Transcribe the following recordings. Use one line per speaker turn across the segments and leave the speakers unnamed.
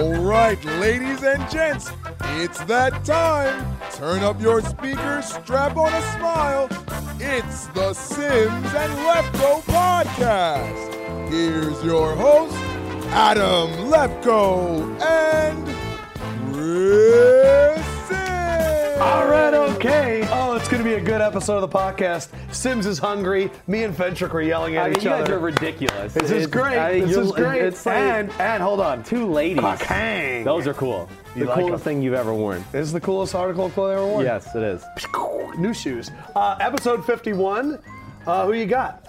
right, ladies and gents, it's that time. Turn up your speakers, strap on a smile. It's the Sims and Lefko podcast. Here's your host, Adam Lefko and Chris Sims.
All right, okay. Oh, it's going to be a good episode of the podcast. Sims is hungry. Me and Fentrick are yelling at
I mean,
each
Uh, you guys
other.
are ridiculous.
This is
It-
great.
I-
this
you're-
is great.
It's like
and and hold on.
two ladies.
Cocaine.
Those are cool.
You
the
like
coolest thing you've ever worn.
This is the coolest article of clothing ever worn.
Yes, it is.
New shoes. Uh, episode 51. Uh, who you got?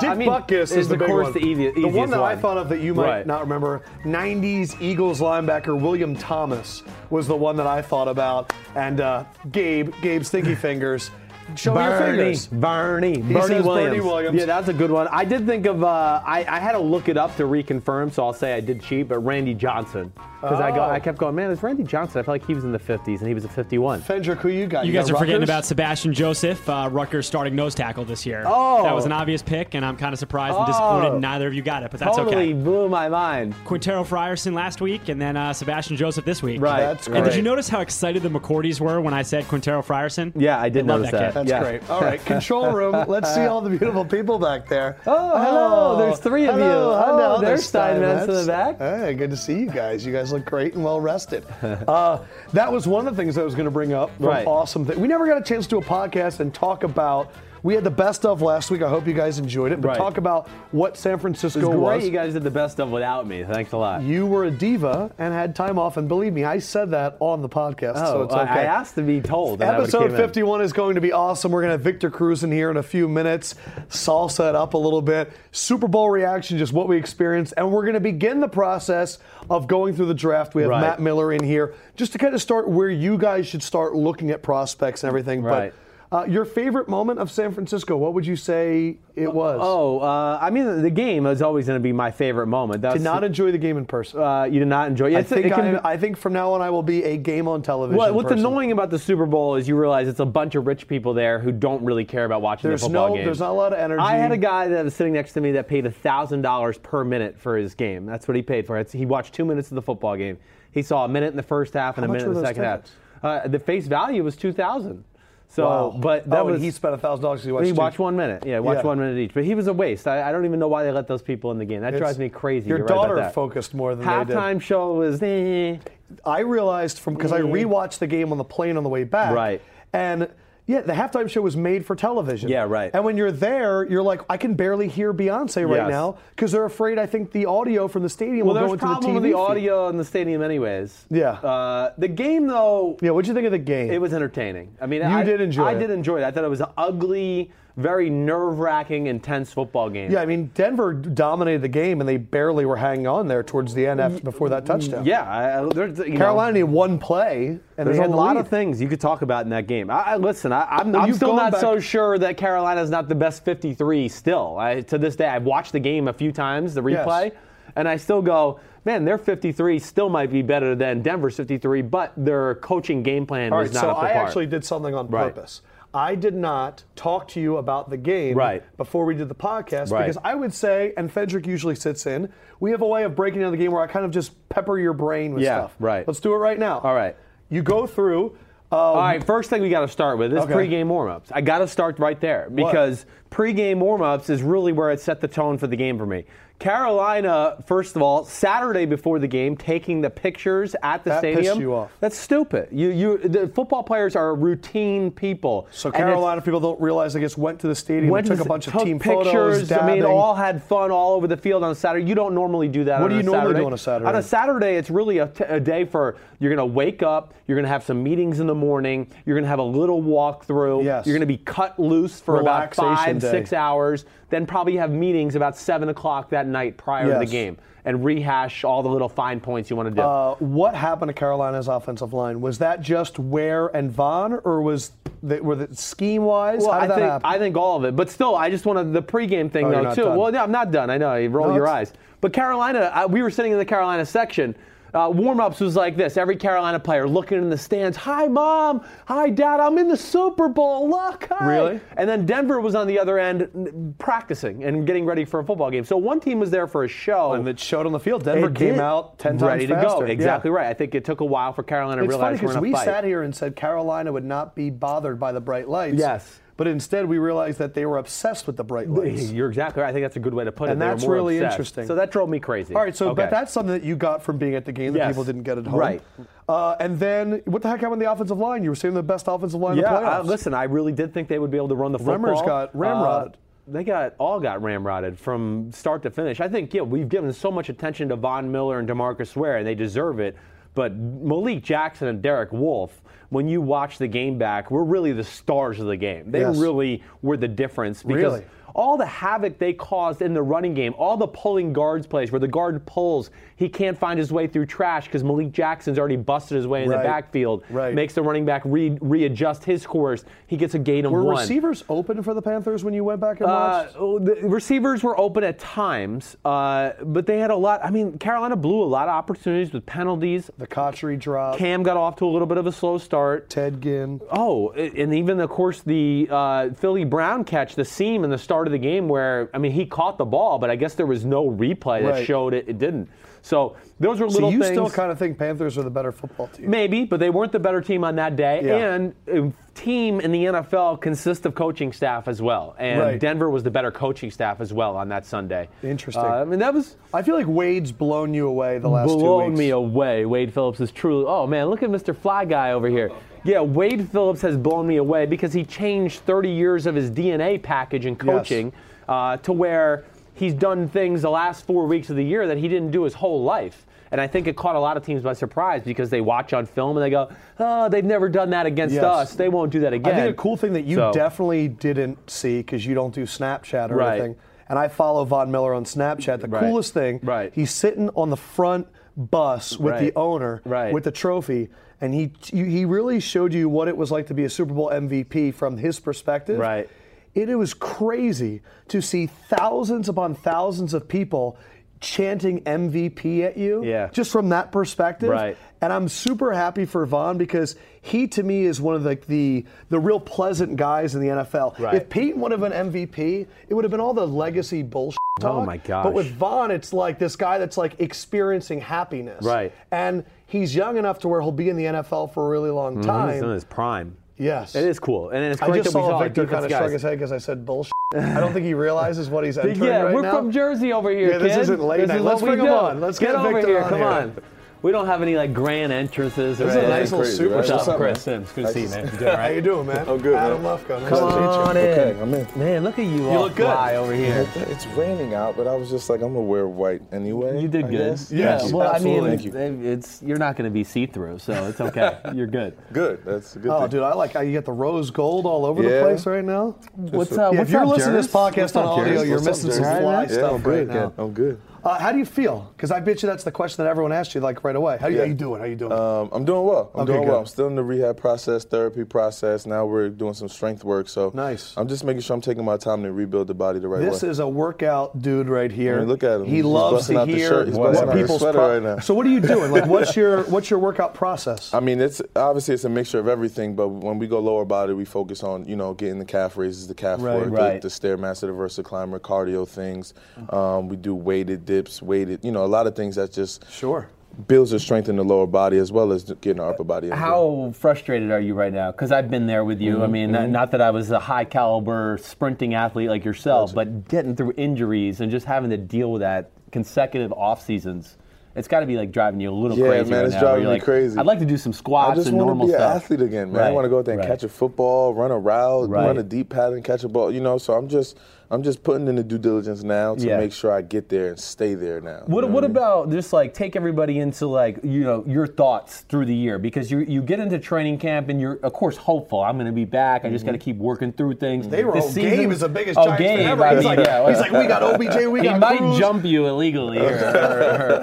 Dick
Uh, I mean,
Buckus is,
is
the
of
big
course
one.
the easy-
the one
easiest
that I
one.
thought of that you might
Right.
not remember. 90s Eagles linebacker William Thomas was the one that I thought about, and uh, Gabe, Gabe's stinky fingers. Show me your fingers.
Bernie, Bernie
says
Williams.
Bernie Williams.
Yeah, that's a good one. I did think of. Uh, I, I had to look it up to reconfirm, so I'll say I did cheat. But Randy Johnson, because I go,
Oh.
I kept going, man, it's Randy Johnson. I felt like he was in the 50s, and he was a 51.
Fendrick, who you got?
You guys are
got
forgetting
Rutgers?
about Sebastian Joseph, uh, Rutgers starting nose tackle this year.
Oh.
That was an obvious pick, and I'm kind of surprised and
Oh.
disappointed neither of you got it, but that's
totally
okay.
blew my mind.
Quintero Frierson last week, and then uh, Sebastian Joseph this week.
Right.
That's
And did
great.
you notice how excited the McCourties were when I said Quintero Frierson?
Yeah, I did
They love
notice
that
that.
kid.
That's
Yeah.
great. All right, control room. Let's see all the beautiful people back there.
Oh, hello. There's three of you.
hello,
Oh,
hello,
there's Steinmetz in the back.
Hey, good to see you guys. You guys look great and well rested. uh, that was one of the things I was going to bring up. From
Right.
Awesome thing. We never got a chance to do a podcast and talk about. We had the best of last week. I hope you guys enjoyed it. But
Right.
talk about what San Francisco
It was great.
was.
You guys did the best of without me. Thanks a lot.
You were a diva and had time off, and believe me, I said that on the podcast,
oh,
so it's okay.
I I asked to be told. and I would've
Episode
came in.
51 is going to be awesome. We're going to have Victor Cruz in here in a few minutes, salsa it up a little bit, Super Bowl reaction, just what we experienced, and we're going to begin the process of going through the draft. We have
Right.
Matt Miller in here just to kind of start where you guys should start looking at prospects and everything.
Right.
But uh, your favorite moment of San Francisco, what would you say it was?
Oh, uh, I mean, the game is always going to be my favorite moment. That's,
Did not enjoy the game in person.
uh, you did not enjoy.
I
It's-
think,
it can
I,
be-
I think from now on I will be a game on television.
What, what's
person.
annoying about the Super Bowl is you realize it's a bunch of rich people there who don't really care about watching
There's
the football
no-
game.
there's not a lot of energy.
I had a guy that was sitting next to me that paid thousand dollars per minute for his game. That's what he paid for. It's, he watched two minutes of the football game. He saw a minute in the first half and
How
a
much
minute in
were
the
those
second
tickets?
half. Uh, the face value was two thousand. So,
Wow.
but that
oh, and
was
he spent a thousand dollars. He watched.
He
two-
watched one minute. Yeah, watched
Yeah.
one minute each. But he was a waste. I, I don't even know why they let those people in the game. That
It's-
drives me crazy.
Your
You're right about
daughter
that.
focused more than they did.
Halftime show was. eh.
I realized from because I rewatched the game on the plane on the way back.
Mm. Right.
And yeah, the halftime show was made for television.
Yeah, right.
And when you're there, you're like, I can barely hear Beyonce right
Yes.
now because they're afraid. I think the audio from the stadium
Well,
will
there's
go
a
into
problem
the
with
TV
the
feed.
audio in the stadium, anyways.
Yeah.
Uh, the game though,
Yeah. What'd you think of the game?
it was entertaining. I mean,
You
I
did enjoy
I
it.
did enjoy it. I thought it was an ugly, very nerve-wracking, intense football game.
Yeah, I mean, Denver dominated the game and they barely were hanging on there towards the end after, before that touchdown.
Yeah. I, I, there's, you know,
Carolina needed one play and
There's
they
a
had the
lot
lead.
of things you could talk about in that game. I, I listen. I, I'm,
Well,
I'm
you've
still
gone
not
back-
so sure that Carolina's not the best 53. Still, I, to this day, I've watched the game a few times, the
Yes.
replay, and I still go, man, their 53 still might be better than Denver's 53, but their coaching game plan
All
was
right,
not
so
up to
I
par.
actually did something on
Right.
purpose. I did not talk to you about the game
Right.
before we did the podcast
Right.
because I would say, and Fedrick usually sits in, we have a way of breaking down the game where I kind of just pepper your brain with
Yeah,
stuff.
right.
Let's do it right now.
All right.
You go through. Uh,
All right, first thing we got to start with is
Okay.
pregame warm-ups. I got to start right there because pregame warm-ups is really where it set the tone for the game for me. Carolina, first of all, Saturday before the game, taking the pictures at the
That pissed
stadium.
you off.
That's stupid. You, you, the football players are routine people.
So
And it's-
Carolina people don't realize I guess went to the stadium,
went
and took
to
a
the-
bunch of
took
team
pictures.
photos.
I mean,
dabbing.
all had fun all over the field on Saturday. You don't normally do that.
What
on
do you
a
normally
Saturday.
do on a Saturday?
On a Saturday, it's really a, t- a day for you're going to wake up. You're going to have some meetings in the morning. You're going to have a little walkthrough.
Yes.
You're going to be cut loose for about
Relaxation
five,
day.
six hours. Then probably have meetings about seven o'clock that night prior to
Yes.
the game and rehash all the little fine points you want to do.
Uh, what happened to Carolina's offensive line? Was that just Ware and Vaughn, or was they, were it scheme wise?
Well,
How did
I
that
think
happen?
I think all of it, but still, I just wanted the pregame thing
Oh, you're
though
not
too.
done.
Well, no, I'm not done. I know you roll
No,
your
it's-
uh, eyes, but Carolina, I, we were sitting in the Carolina section. Uh, Warm ups was like this every Carolina player looking in the stands. Hi, mom. Hi, dad. I'm in the Super Bowl. Look. Hi.
Really?
And then Denver was on the other end n- practicing and getting ready for a football game. So one team was there for a show.
And it showed on the field. Denver
It
came
did.
out 10 times
ready to go.
faster. Yeah.
Exactly right. I think it took a while for Carolina to
It's funny
realize we're
because
in a
we
fight.
sat here and said Carolina would not be bothered by the bright lights.
Yes.
But instead, we realized that they were obsessed with the bright lights.
You're exactly right. I think that's a good way to put it.
And
They were
that's
more
really
obsessed.
interesting.
So that drove me crazy.
All right, so
Okay.
but that's something that you got from being at the game that
Yes.
people didn't get at home.
Right.
Uh, and then what the heck happened to the offensive line? You were saying the best offensive line
yeah,
in the playoffs.
I- listen, I really did think they would be able to run the football.
Remmers got ramrodded.
Uh, they got all got ramrodded from start to finish. I think yeah, we've given so much attention to Von Miller and Demarcus Ware, and they deserve it. But Malik Jackson and Derek Wolf, when you watch the game back, were really the stars of the game. They
Yes.
really were the difference because
Really?
all the havoc they caused in the running game, all the pulling guards plays where the guard pulls, he can't find his way through trash because Malik Jackson's already busted his way in
Right.
the backfield,
Right.
makes the running back re- readjust his course. He gets a gain of
were
one.
receivers open for the Panthers when you went back and
Uh,
watched?
oh, the receivers were open at times, uh, but they had a lot. I mean, Carolina blew a lot of opportunities with penalties.
the Kotchery drop,
Cam got off to a little bit of a slow start.
Ted Ginn.
Oh, and even of course the uh, Philly Brown catch, the seam in the start of the game where I mean he caught the ball, but I guess there was no replay that
Right.
showed it. It didn't. So those were
So
little
you
things.
still kind of think Panthers are the better football team?
Maybe, but they weren't the better team on that day.
Yeah.
And a team in the NFL consists of coaching staff as well. And
Right.
Denver was the better coaching staff as well on that Sunday.
Interesting.
Uh, I mean, that was
I feel like Wade's blown you away the last two
blown
weeks.
me away. Wade Phillips is truly. Oh man, look at Mr. Fly Guy over here. Yeah, Wade Phillips has blown me away because he changed 30 years of his DNA package in coaching uh, to where he's done things the last four weeks of the year that he didn't do his whole life. And I think it caught a lot of teams by surprise because they watch on film and they go, "Oh, they've never done that against
Yes.
us. They won't do that again."
I think a cool thing that you
So-
definitely didn't see because you don't do Snapchat or
Right.
anything. And I follow Von Miller on Snapchat. The
Right.
coolest thing,
Right.
he's sitting on the front bus with
Right.
the owner
Right.
with the trophy, and he you- he really showed you what it was like to be a Super Bowl MVP from his perspective.
Right.
It, it was crazy to see thousands upon thousands of people chanting MVP at you.
Yeah.
Just from that perspective.
Right.
And I'm super happy for Vaughn because he, to me, is one of the the, the real pleasant guys in the NFL.
Right.
If Peyton would have been MVP, it would have been all the legacy bullshit.
Oh
talk.
my gosh.
But with Vaughn, it's like this guy that's like experiencing happiness.
Right.
And he's young enough to where he's young enough to where he'll be in the NFL for a really long
He's in
time.
his prime.
Yes.
It is cool, and it's
I
great
just
that we
saw
saw
Victor
defense
kind of shrug
guys.
his head because I said bullshit. I don't think he realizes what he's entering
Yeah,
right
we're
now.
from Jersey over here.
Yeah, this
kid.
isn't late
This
night.
is
Let's
what we
bring him
do.
on. Let's get
over
Victor
here.
on
Come
here.
on. We don't have any like grand entrances or
This is a
anything.
nice little
crazy,
super.
right?
What's
What's
up,
up,
Chris Sims? Good to see you, man. You doing all
How
right?
you doing, man?
I'm good,
Adam
man.
Lufko. Nice
Come
to meet you.
on in.
Okay, I'm in.
Man, look at you, all
look good.
fly over here.
It's raining out, but I was just like, I'm gonna wear white anyway.
You did
I
good.
guess.
Yeah.
Thank you.
Well,
Absolutely.
I
Thank you.
mean, it's you're not going to be see-through, so it's okay. you're good.
Good. That's a good.
Oh,
thing.
dude, I like how you get the rose gold all over the
Yeah.
place right now.
What's up?
Yeah,
what's
if you're
up,
listening to this
Jerz?
podcast on
up,
audio,
Jerz?
you're
What's up,
missing
Jerz?
some
All right,
fly
man. Yeah,
stuff
I'm
right
good,
now.
kid. I'm good.
Uh, how do you feel? Because I bet you that's the question that everyone asked you like right away. How, do you,
Yeah.
how you doing? How you doing?
Um, I'm doing well. I'm
Okay,
doing
good.
well. I'm still in the rehab process, therapy process. Now we're doing some strength work. So
Nice.
I'm just making sure I'm taking my time to rebuild the body the right
this
way.
is a workout dude right here.
I mean, look at him.
He
He's
loves
busting
to
out the
hear
shirt. He's
what
busting out the
people's
sweater
pro-
right now.
So what are you doing? Like, what's your what's your workout process?
I mean, it's obviously it's a mixture of everything, but when we go lower body, we focus on you know getting the calf raises, the calf
Right.
work,
Right.
The, the stairmaster, the Versa climber, cardio things. Um, we do weighted dips, weighted, you know, a lot of things that just
Sure.
builds the strength in the lower body as well as getting our upper body. in there.
How frustrated are you right now? Because I've been there with you. I mean, not- not that I was a high caliber sprinting athlete like yourself, but getting through injuries and just having to deal with that consecutive off seasons. It's got to be like driving you a little
Yeah,
crazy.
man,
right
it's
now, where
driving
you're
me
like,
crazy.
I'd like to do some
I
squats
just
and
want to
normal
be
stuff.
an athlete again, man. I
Right,
want to go out there and
right.
catch a football, run a route,
Right.
run a deep pattern, catch a ball. You know, so I'm just I'm just putting in the due diligence now to
Yeah.
make sure I get there and stay there now.
What,
you know
what
I mean?
about just like take everybody into like you know your thoughts through the year because you you get into training camp and you're of course hopeful I'm going to be back I just got to keep working through things.
They were
This
oh,
season-
Gabe is the biggest
oh,
Giants fan
Gabe,
ever.
I
He's,
mean,
like,
yeah,
he's like, we got OBJ, we
he
got
might
Cruz.
jump you illegally or,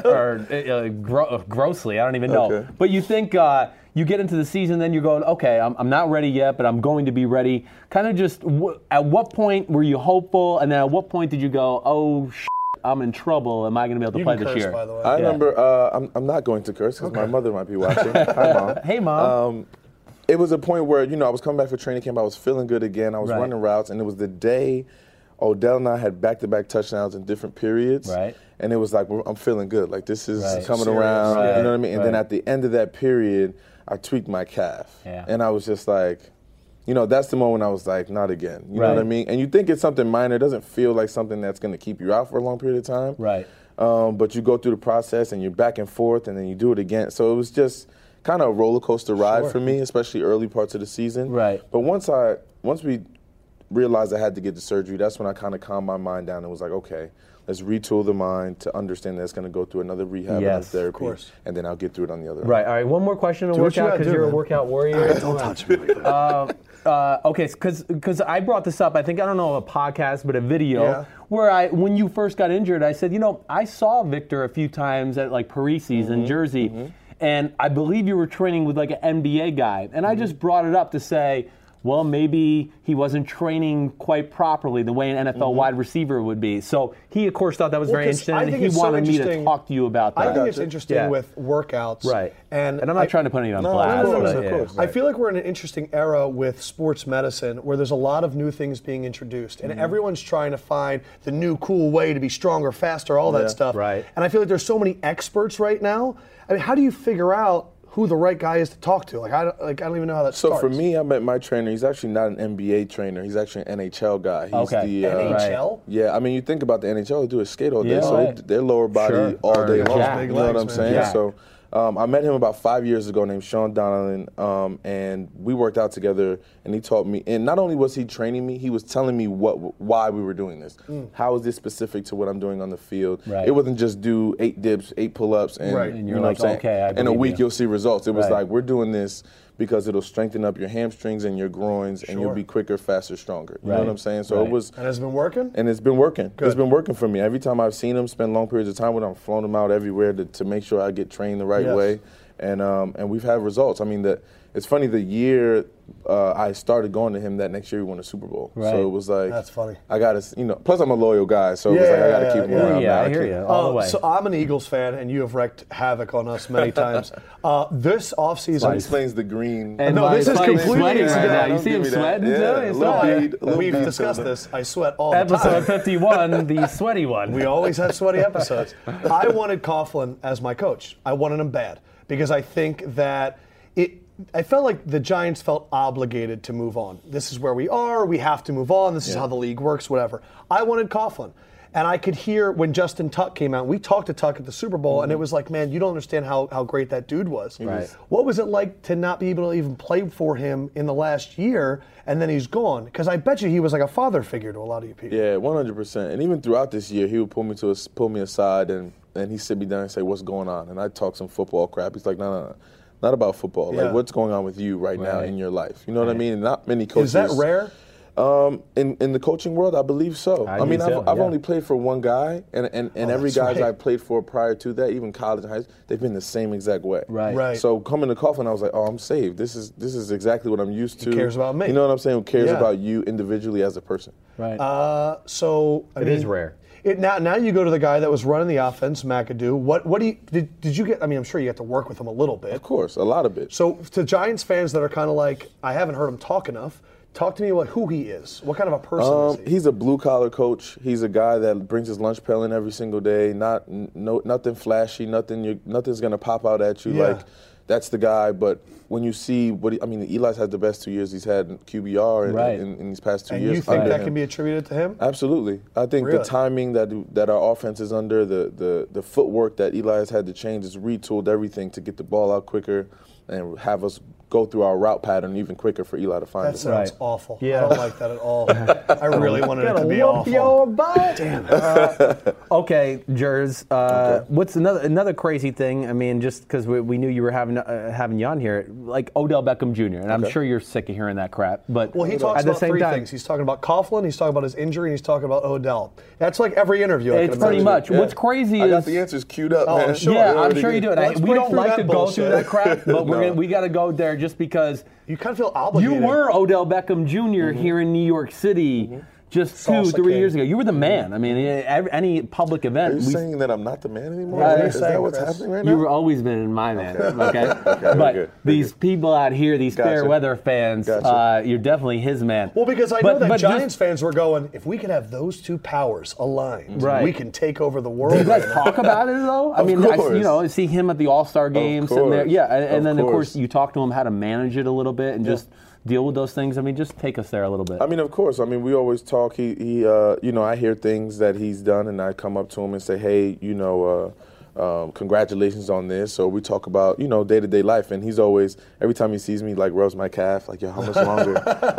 or, or, or, uh, gro- uh, grossly. I don't even know.
Okay.
But you think uh, you get into the season, then you're going, okay, I'm, I'm not ready yet, but I'm going to be ready. Kind of just wh- at what point were you hopeful, and then at what point did you go, oh, sh- I'm in trouble. Am I going to be able to
You
play
can
this
curse,
year?
by the way.
I
Yeah.
remember. Uh, I'm, I'm not going to curse because my mother might be watching. Hi, mom.
Hey, mom.
Um, it was a point where you know I was coming back for training camp. I was feeling good again. I was
Right.
running routes, and it was the day Odell and I had back-to-back touchdowns in different periods.
Right.
And it was like we're- I'm feeling good. Like this is
Right.
coming
Serious.
around.
Right.
You know what I mean? And then
Right.
at the end of that period, I tweaked my calf,
Yeah.
and I was just like. You know, that's the moment I was like, not again. You know what I
Right.
mean? And you think it's something minor, it doesn't feel like something that's gonna keep you out for a long period of time.
Right.
Um, but you go through the process and you're back and forth and then you do it again. So it was just kind of a roller coaster ride for me, especially early parts of the season.
Right.
But once I once we realized I had to get the surgery, that's when I kind of calmed my mind down and was like, okay, let's retool the mind to understand that it's going to go through another rehab and
Yes,
another
of
therapy,
course.
and then I'll get through it on the other.
Right. All right. One more question on
what you
workout
gotta
because
do,
you're a
man.
workout warrior.
Don't touch me. Like that.
Um, uh, okay, because I brought this up. I think I don't know a podcast, but a video
Yeah.
where I, when you first got injured, I said, you know, I saw Victor a few times at like Parisi's
Mm-hmm.
in Jersey, and I believe you were training with like an NBA guy,
Mm-hmm.
and I just brought it up to say. Well, maybe he wasn't training quite properly the way an NFL-wide receiver would be. So he, of course, thought that was
Mm-hmm. Well,
very
'cause
interesting,
I
and
think
he
it's so
wanted me to
interesting-
talk to you about that.
I think it's interesting
Yeah.
with workouts.
right,
And,
and I'm not
I-
trying to put anyone on
No, no,
blast.
no, no,
but
no, of
yeah.
course.
I feel like we're in an interesting era with sports medicine where there's a lot of new things being introduced,
Mm-hmm.
and everyone's trying to find the new cool way to be stronger, faster, all that stuff.
right.
And I feel like there's so many experts right now. I mean, how do you figure out who the right guy is to talk to? Like, I don't, like, I don't even know how that
So
starts.
for me, I met my trainer. He's actually not an NBA trainer. He's actually an NHL guy. He's
Okay.
the, uh,
Right.
NHL.
Yeah, I mean, you think about the NHL, they do a skate all day,
Yeah.
so
Right.
they, their lower body
Sure.
all day
Or
long.
jacked.
You know what I'm
Legs, man.
saying?
Jacked.
So um, I met him about five years ago, named Sean Donnellan, um, and we worked out together. And he taught me. And not only was he training me, he was telling me what, why we were doing this. How is this specific to what I'm doing on the field?
Mm. Right.
It wasn't just do eight dips, eight pull-ups, and,
Right.
you
And
know
you're
what I'm
like,
saying.
okay, I
in a
believe
week,
you.
you'll see results. It was
Right.
like we're doing this because it'll strengthen up your hamstrings and your groins, and you'll be quicker, faster, stronger. You know
Right.
what I'm saying? So
Right.
it was
And has it been working?
and it's been working. It's been working for me. Every time I've seen him, spend long periods of time with him, I've flown him out everywhere to, to make sure I get trained the right
Yes.
way, and um, and we've had results. I mean, the it's funny the year uh, I started going to him that next year we won a Super Bowl.
Right.
So it was like
That's funny.
I got to you know. Plus I'm a loyal guy, so it was like I got to
Yeah,
keep him
yeah,
around.
yeah,
man.
I hear
can't-
you. All the
Uh,
way.
So I'm an Eagles fan, and you have wreaked havoc on us many times. uh, this
That
offseason,
explains the green.
And
No,
my
this is
body's
completely
sweating right
incidental.
now. You
Don't
see
give
him
me that.
sweating
Yeah,
too? He's
a little
sweating.
bead. a little
we've
bead
discussed
filter.
this. I sweat all the time.
Episode 51, the sweaty one.
We always have sweaty episodes. I wanted Coughlin as my coach. I wanted him bad because I think that it. I felt like the Giants felt obligated to move on. This is where we are. We have to move on. This is
Yeah.
how the league works. Whatever. I wanted Coughlin. And I could hear when Justin Tuck came out. We talked to Tuck at the Super Bowl, and it
Mm-hmm.
was like, man, you don't understand how, how great that dude was.
Right.
What was it like to not be able to even play for him in the last year, and then he's gone? Because I bet you he was like a father figure to a lot of you people.
Yeah, one hundred percent. And even throughout this year, he would pull me to a, pull me aside and and he sit me down and say, "What's going on?" And I talk some football crap. He's like, "No, no, no, not about football.
Yeah.
Like, what's going on with you right, now
Right.
in your life? You know what I mean?" And not many
Is
coaches.
that rare?
Um, in, in the coaching world, I believe so.
I
I, mean,
do
I've,
too,
I've
yeah.
only played for one guy, and and, and
Oh,
every
that's
guys
right.
I played for prior to that, even college and high school, they've been the same exact way.
Right.
Right.
So coming to Coughlin, I was like, "Oh, I'm saved. This is this is exactly what I'm used to."
cares about me.
You know what I'm saying? Who cares
Yeah.
about you individually as a person?
Right.
Uh, So I
It
mean,
is rare.
It, now, now you go to the guy that was running the offense, McAdoo. What, what do you did, did you get? I mean, I'm sure you got to work with him a little bit.
Of course, a lot of it.
So to Giants fans that are kind of like, I haven't heard him talk enough. Talk to me about who he is. What kind of a person
Um,
is he?
he's a blue collar coach. He's a guy that brings his lunch pail in every single day. Not n- no nothing flashy. Nothing you, nothing's gonna pop out at you
Yeah.
like that's the guy. But when you see what he, I mean, Eli's had the best two years he's had in QBR in,
Right.
in, in these past two
and
years.
you think
under
that
him.
can be attributed to him?
Absolutely. I think
Really?
the timing that that our offense is under, the, the the footwork that Eli has had to change, has retooled everything to get the ball out quicker and have us go through our route pattern even quicker for Eli to find
That
us.
sounds
Right.
awful. I
Yeah.
don't like that at all. I
Uh,
really wanted it to be awful.
Damn. okay, Jers. Uh, What's another another crazy thing? I mean, just because we, we knew you were having uh, having you on here, like Odell Beckham Jr. And I'm sure you're sick of hearing that crap. But
Well, he talks
at the
about
same
three
time,
things. He's talking about Coughlin, he's talking about his injury, and he's talking about Odell. That's like every interview. I
It's
can
pretty
imagine.
much. What's crazy
I got
is-
the answers queued up,
Oh,
man.
I'm sure.
yeah,
You
I'm
already
sure you
did.
do. And I,
Let's
we
break
don't
through
like
that
to go
bullshit.
through that crap, but we're
No.
gonna, we got to go there just because
You kind of feel obligated. Mm-hmm.
You were Odell Beckham junior here in New York City. just two,
Salsa
three
King. Mm-hmm.
years ago. You were the man. I mean, eh, ev- any public event,
Are you
we-
saying that I'm not the man anymore?
Yeah, you're
Is that- is
saying,
that what's
Chris.
happening right now?
you were always been my man. Okay,
very
but
good, very
these people out here, these
Gotcha.
fair weather fans,
Gotcha.
uh, you're definitely his man.
Well, because I know
But-
that
but just-
Giants fans were going, if we could have those two powers aligned,
Right.
we can take over the
Do
world.
you guys
right now."
talk about it though? I
Of
mean, I, you
course.
know, I see him at the All Star game, sitting there.
course.
Yeah, and, and
Of
then of course
course.
you talk to him how to manage it a little bit and just deal with those things. I mean, just take us there a little bit.
I mean, of course. I mean, we always talk. He, he uh, you know, I hear things that he's done, and I come up to him and say, "Hey, you know, uh, um, congratulations on this." So we talk about, you know, day to day life, and he's always every time he sees me, like rubs my calf, like, "Yo, how much longer?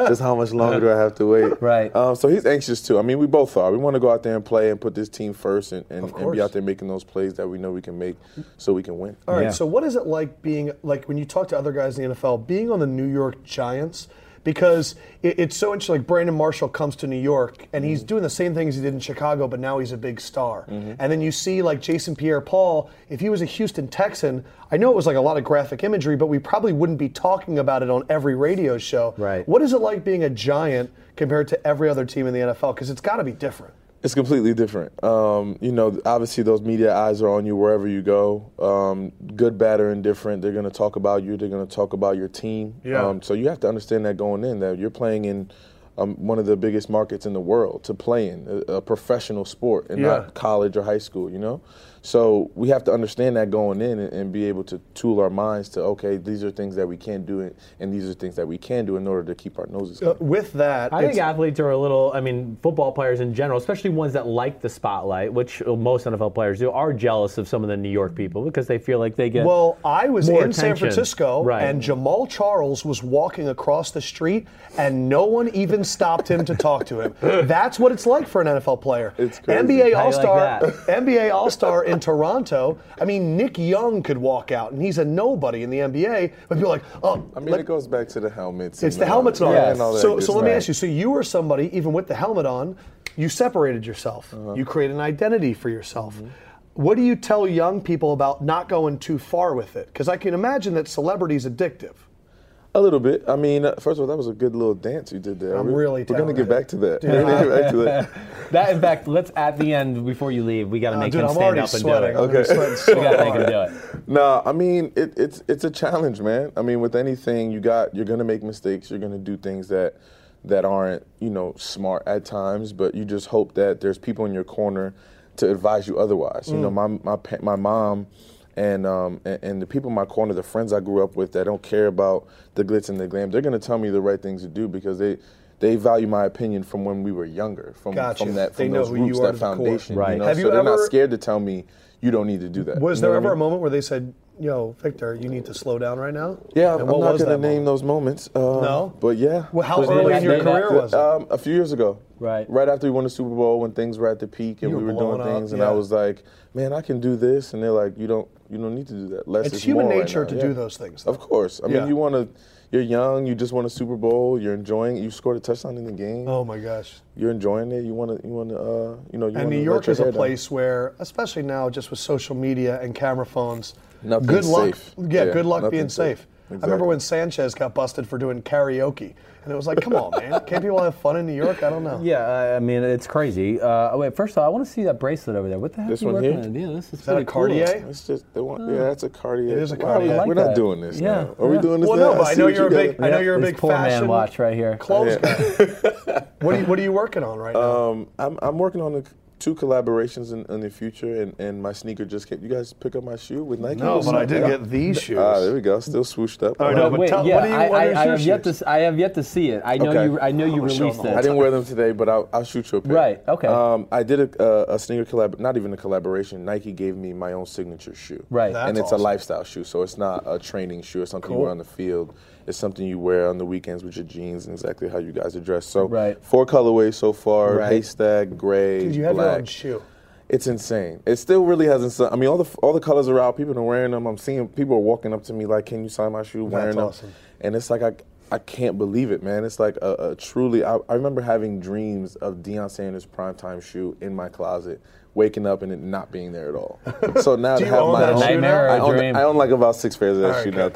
Just how much longer do I have to wait?"
Right.
Um, so he's anxious too. I mean, we both are. We want to go out there and play and put this team first, and, and, and
course.
be out there making those plays that we know we can make, so we can win.
All right.
Yeah.
So, what is it like being like when you talk to other guys in the NFL, being on the New York Giants? Because it, it's so interesting. Like Brandon Marshall comes to New York and
Mm.
he's doing the same things he did in Chicago, but now he's a big star.
Mm-hmm.
And then you see like Jason Pierre-Paul. If he was a Houston Texan, I know it was like a lot of graphic imagery, but we probably wouldn't be talking about it on every radio show.
Right.
What is it like being a Giant compared to every other team in the NFL? Because it's got to be different.
It's completely different. Um, you know, obviously those media eyes are on you wherever you go. Um, good, bad, or indifferent, they're going to talk about you. They're going to talk about your team.
Yeah.
Um, so you have to understand that going in that you're playing in um, one of the biggest markets in the world to play in a, a professional sport and
Yeah.
not college or high school. You know, so we have to understand that going in and, and be able to tool our minds to okay, these are things that we can't do and, and these are things that we can do in order to keep our noses.
Uh,
clean.
with that,
I think
it's-
athletes are a little. I mean, football players in general, especially ones that like the spotlight, which most NFL players do, are jealous of some of the New York people because they feel like they get.
Well, I was in
more
San
attention.
Francisco,
Right.
and Jamal Charles was walking across the street, and no one even stopped him to talk to him. That's what it's like for an NFL player.
It's crazy.
NBA
How
All
you like
Star,
that?
NBA All Star in Toronto. I mean, Nick Young could walk out, and he's a nobody in the NBA, but people are like, oh,
I mean,
let-
it goes back to the helmets.
it's
and
the helmets on.
yeah, and all that
so,
good
so let me
stuff.
ask you. So you were somebody, even with the helmet on, you separated yourself.
Uh-huh.
You created an identity for yourself.
Mm-hmm.
What do you tell young people about not going too far with it? Because I can imagine that celebrity's addictive.
A little bit. I mean, uh, first of all, that was a good little dance you did there.
I'm
We're-
really
We're gonna
talented.
get back to that. We're gonna get back to that.
that in fact, let's at the end before you leave, we got to make
dude,
him
I'm
stand
already
up and
sweating.
do it.
I'm already
Okay.
sweating so
We got to make him
hard.
do it.
No, I mean, it, it's it's a challenge, man. I mean, with anything, you got you're gonna make mistakes. You're gonna do things that that aren't you know smart at times, but you just hope that there's people in your corner to advise you otherwise. You know, my
Mm.
my pa- my mom. And, um, and and the people in my corner, the friends I grew up with that don't care about the glitz and the glam, they're gonna tell me the right things to do because they they value my opinion from when we were younger, from
Gotcha.
from that
They
from
know
those
who you
roots,
are to
that
the core.
foundation.
Right.
You know?
Have
so
you
they're not
ever-
scared to tell me you don't need to do that.
Was
You know
there
what I
ever
mean?
a moment where they said, "Yo, Victor, you need to slow down right now"?
Yeah,
And
I'm
what
not
was
going to
that
name
moment?
those moments. uh,
No?
But yeah.
Well, how
But
early
yeah,
in your
they-
career
they-
was it?
Um, a few years ago.
Right.
Right after we won the Super Bowl when things were at the peak and
You
we
were
were doing
blowing up,
things and
yeah.
I was like, man, I can do this. And they're like, you don't you don't need to do that. Less
It's
is
human
more right
nature
now.
to
Yeah.
do those things,
Of course. I
Yeah.
mean, you want to, you're young, you just won a Super Bowl, you're enjoying, you scored a touchdown in the game.
Oh my gosh.
You're enjoying it. You want to, you want to, uh, you know,
And
you wanna
New
let
York
your
is a
hair down.
place where, especially now, just with social media and camera phones,
Nothing's
good luck.
safe.
Yeah,
Yeah,
good luck being
nothing's
safe.
safe.
I remember
Exactly.
when Sanchez got busted for doing karaoke, and it was like, come on, man, can't people have fun in New York? I don't know.
Yeah, I- I mean it's crazy. Uh, oh, wait, first of all, I want to see that bracelet over there. What the heck?
This
you
one
working
here?
on? Yeah, this is,
that
pretty
a Cartier?
Cool.
It's just, they want, yeah, that's a cardiac.
It is a
Wow,
Cartier.
We're
I like
not
that.
doing this.
Yeah,
Now. Are we
yeah.
doing this
Well,
now?
no, but I
see
know
what
you're a
you got.
big, I know you're a
This
big
poor man
fashion
watch right here.
clothes
Yeah.
guy. what, are you, what are you working on right now?
Um, I'm, I'm working on a, two collaborations in, in the future, and, and my sneaker just came. You guys pick up my shoe with Nike? or something?
these shoes.
Ah, there we go. Still swooshed up.
I know, but
Wait,
tell-
yeah,
what do you-
I,
what are
I, I
your
have yet to
shoes?
s- I have yet to see it. I know
Okay.
you I know you
gonna show
released
him all
it.
I didn't wear them today, but I'll, I'll shoot you a pair.
Right, okay.
Um, I did a, a, a sneaker collab, not even a collaboration. Nike gave me my own signature shoe.
Right.
That's
and it's
awesome.
a lifestyle shoe, so it's not a training shoe. It's something
Cool.
you wear on the field. It's something you wear on the weekends with your jeans and exactly how you guys are dressed. So
Right.
four colorways so far:
Right.
haystack, gray,
Dude, you have your
black.
own shoe.
It's insane. It still really hasn't. sunk- I mean, all the all the colors are out. People are wearing them. I'm seeing people are walking up to me like, "Can you sign my shoe?" Wearing them,
awesome.
and it's like I, I can't believe it, man. It's like a, a truly. I, I remember having dreams of Deion Sanders' primetime shoe in my closet, waking up and it not being there at all. So now
Do
to
you
have
own
my
that
own,
shoe Nightmare
now?
I, own
dream.
I own like about six pairs of that
All right,
shoe now.
good,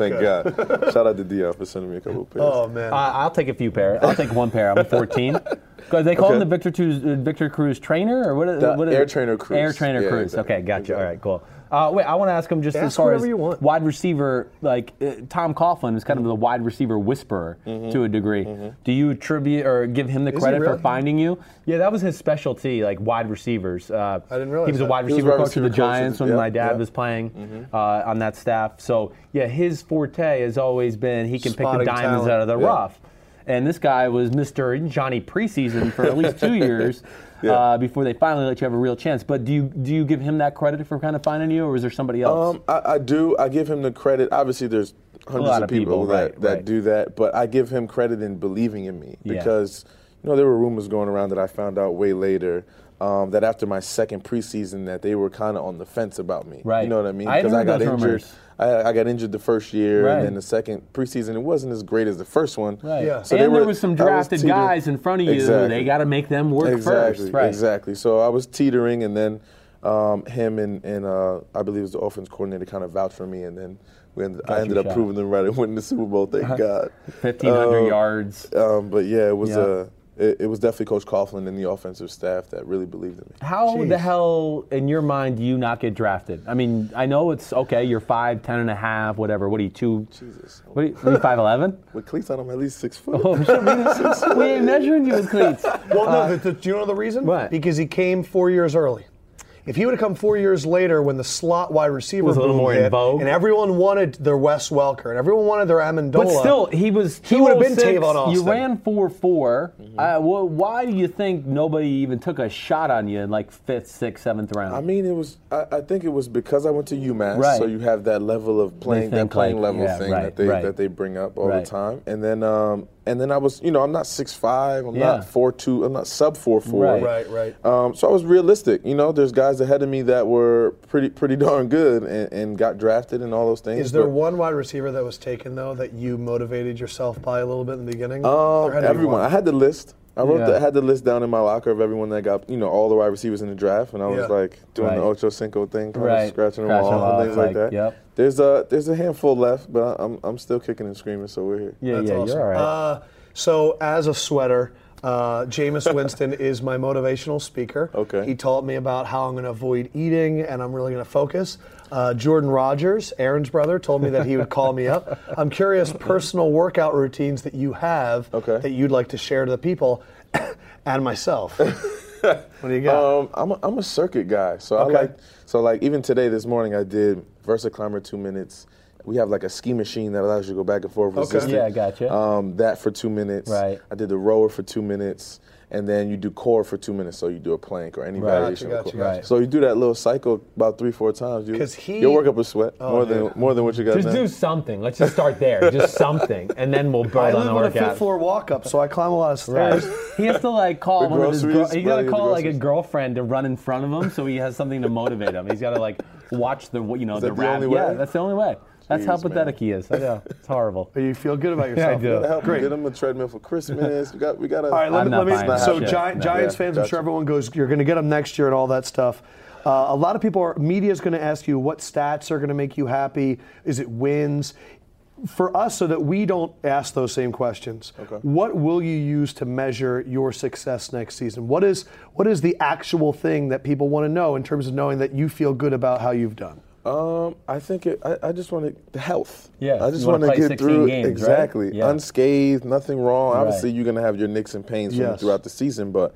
Thank God. Shout out to Deion for sending me a couple pairs.
Oh man.
I- I'll take a few pair. I'll take one pair. I'm a 14. Because they call him the Victor, Cruz, uh, Victor Cruz trainer, or what? Is,
The
what is
Air
it?
Trainer Cruz.
Air trainer
Yeah,
Cruz.
exactly,
Okay, gotcha. All
exactly.
right, cool. Uh, wait, I want to ask him just as
Ask
far
whoever
as
you want.
wide receiver, like uh, Tom Coughlin is kind of the wide receiver whisperer to a degree. Do you attribute or give him the
he
credit
really?
for finding you? Yeah, that was his specialty, like wide receivers. Uh,
I didn't realize
he was a
that.
wide
He was
receiver
wide
coach
receiver
of the
coach.
Giants when
Yep,
my dad
yep.
was playing uh, on that staff. So yeah, his forte has always been he can
Spotting
pick the diamonds
talent.
out of the
Yeah.
rough. And this guy was Mr. Johnny preseason for at least two years uh, before they finally let you have a real chance. But do you do you give him that credit for kind of finding you, or is there somebody else?
Um, I, I do. I give him the credit. Obviously, there's hundreds
lot
of
of
people,
people,
that,
right,
that
right.
do that, but I give him credit in believing in me
Yeah.
because you know there were rumors going around that I found out way later. Um, that after my second preseason, that they were kind of on the fence about me.
Right.
You know what I mean?
I had
I
heard
got
those
injured.
rumors.
I, I got injured the first year,
Right.
and then the second preseason, it wasn't as great as the first one.
Right.
Yeah.
So
and
they were-
there was some
I was
drafted
teetering-
guys in front of you.
Exactly
They got to make them work
exactly,
first, right?
Exactly. So I was teetering, and then um, him and, and uh, I believe it was the offense coordinator kind of vouched for me, and then we ended, I
you Uh-huh.
ended up
shot.
proving them right and winning the Super Bowl. Thank God.
Fifteen hundred
Um,
yards.
Um, but yeah, it was
Yeah.
Uh, it, it was definitely Coach Coughlin and the offensive staff that really believed in me.
How the
Jeez.
hell, in your mind, do you not get drafted? I mean, I know it's okay. You're five, ten and a half, whatever. What are you two?
Jesus.
What are you, what are you five eleven?
With cleats on, I'm at least six foot.
Oh, shit, we, we ain't measuring you with cleats.
Well, no. the, the, do you know the reason?
Uh, what?
Because he came four years early. If he would have come four years later, when the slot wide receiver
Was a little
boom
more in
hit,
vogue.
and everyone wanted their Wes Welker, and everyone wanted their Amendola,
But still, he was.
He would've been
206.
Tavon Austin. Mm-hmm.
You ran four Uh, why do you think nobody even took a shot on you in like fifth, sixth, seventh round?
I mean, it was. I, I think it was because I went to UMass,
Right.
so you have that level of playing, that
think
playing
like,
level
yeah,
thing
right,
that they
right.
that they bring up all
Right.
the time. And then, um, and then I was, you know, I'm not six five, I'm
Yeah.
not four two, I'm not sub four four.
Right.
Right, right.
uh,
Um, so I was realistic. You know, there's guys ahead of me that were pretty pretty darn good and, and got drafted and all those things.
Is there
but-
one wide receiver that was taken though that you motivated yourself by a little bit in the beginning?
Uh,
Um,
There had to be
everyone. I
one.
had the list. I wrote.
Yeah.
The, I had the list down in my locker of everyone that got, you know, all the wide receivers in the draft, and I was
Yeah.
like doing
Right.
the Ocho Cinco thing, kind
Right.
of scratching them
Scratching
all
them
and things
off,
like
like,
that.
yep.
There's a there's a handful left, but I, I'm I'm still kicking and screaming, so we're here.
yeah,
That's
yeah,
awesome.
you're all right.
Uh, so as a sweater, uh, Jameis Winston is my motivational speaker.
Okay.
He taught me about how I'm going to avoid eating and I'm really going to focus. Uh, Jordan Rogers, Aaron's brother, told me that he would call me up. I'm curious personal workout routines that you have
Okay.
that you'd like to share to the people and myself. what do you got?
Uh,
Um, I'm a, I'm a circuit guy, so
Okay.
I like so like even today this morning I did Versa Climber two minutes. We have like a ski machine that allows you to go back and forth. resistant.
Yeah, gotcha.
Um, that for two minutes.
Right.
I did the rower for two minutes, and then you do core for two minutes. So you do a plank or any
Right.
variation.
Gotcha,
of
gotcha,
core.
gotcha.
So you do that little cycle about three four times. You
'Cause he- Oh,
you'll work up a sweat more than
dude.
more than what you got
Just
now.
do something. Let's just start there. Just something, and then we'll build
I
on
live
the
on a fifth
workout.
floor walk up, so I climb a lot of stairs.
Right. He has to like call
The
one of his. Gro-
groceries,
he got to
right, the
call like a
groceries.
girlfriend to run in front of him, so he has something to motivate him. He's got to like watch the you know
that
the,
the
rap.
only way?
Yeah, that's the only way. That's how
Jeez, man.
pathetic he is. I know. It's horrible.
You feel good about
Yeah, I
yourself.
do.
Help
Great.
Get him a treadmill for Christmas. we got we got a.
All right, let
I'm
me. Let
not
me
buying that
so,
shit.
Giant,
No.
Giants
Yeah,
fans, I'm
gotcha.
sure everyone goes, you're going to get them next year and all that stuff. Uh, a lot of people are, media's going to ask you what stats are going to make you happy. Is it wins? For us, so that we don't ask those same questions, okay. what will you use to measure your success next season? What is what is the actual thing that people want to know in terms of knowing that you feel good about how you've done?
Um, I think it, I, I just want to the health.
Yeah,
I just
you wanna
want to
play 16
get through
games, right?
exactly
Yeah.
unscathed, nothing wrong.
Right.
Obviously, you're gonna have your nicks and pains from
Yes.
throughout the season, but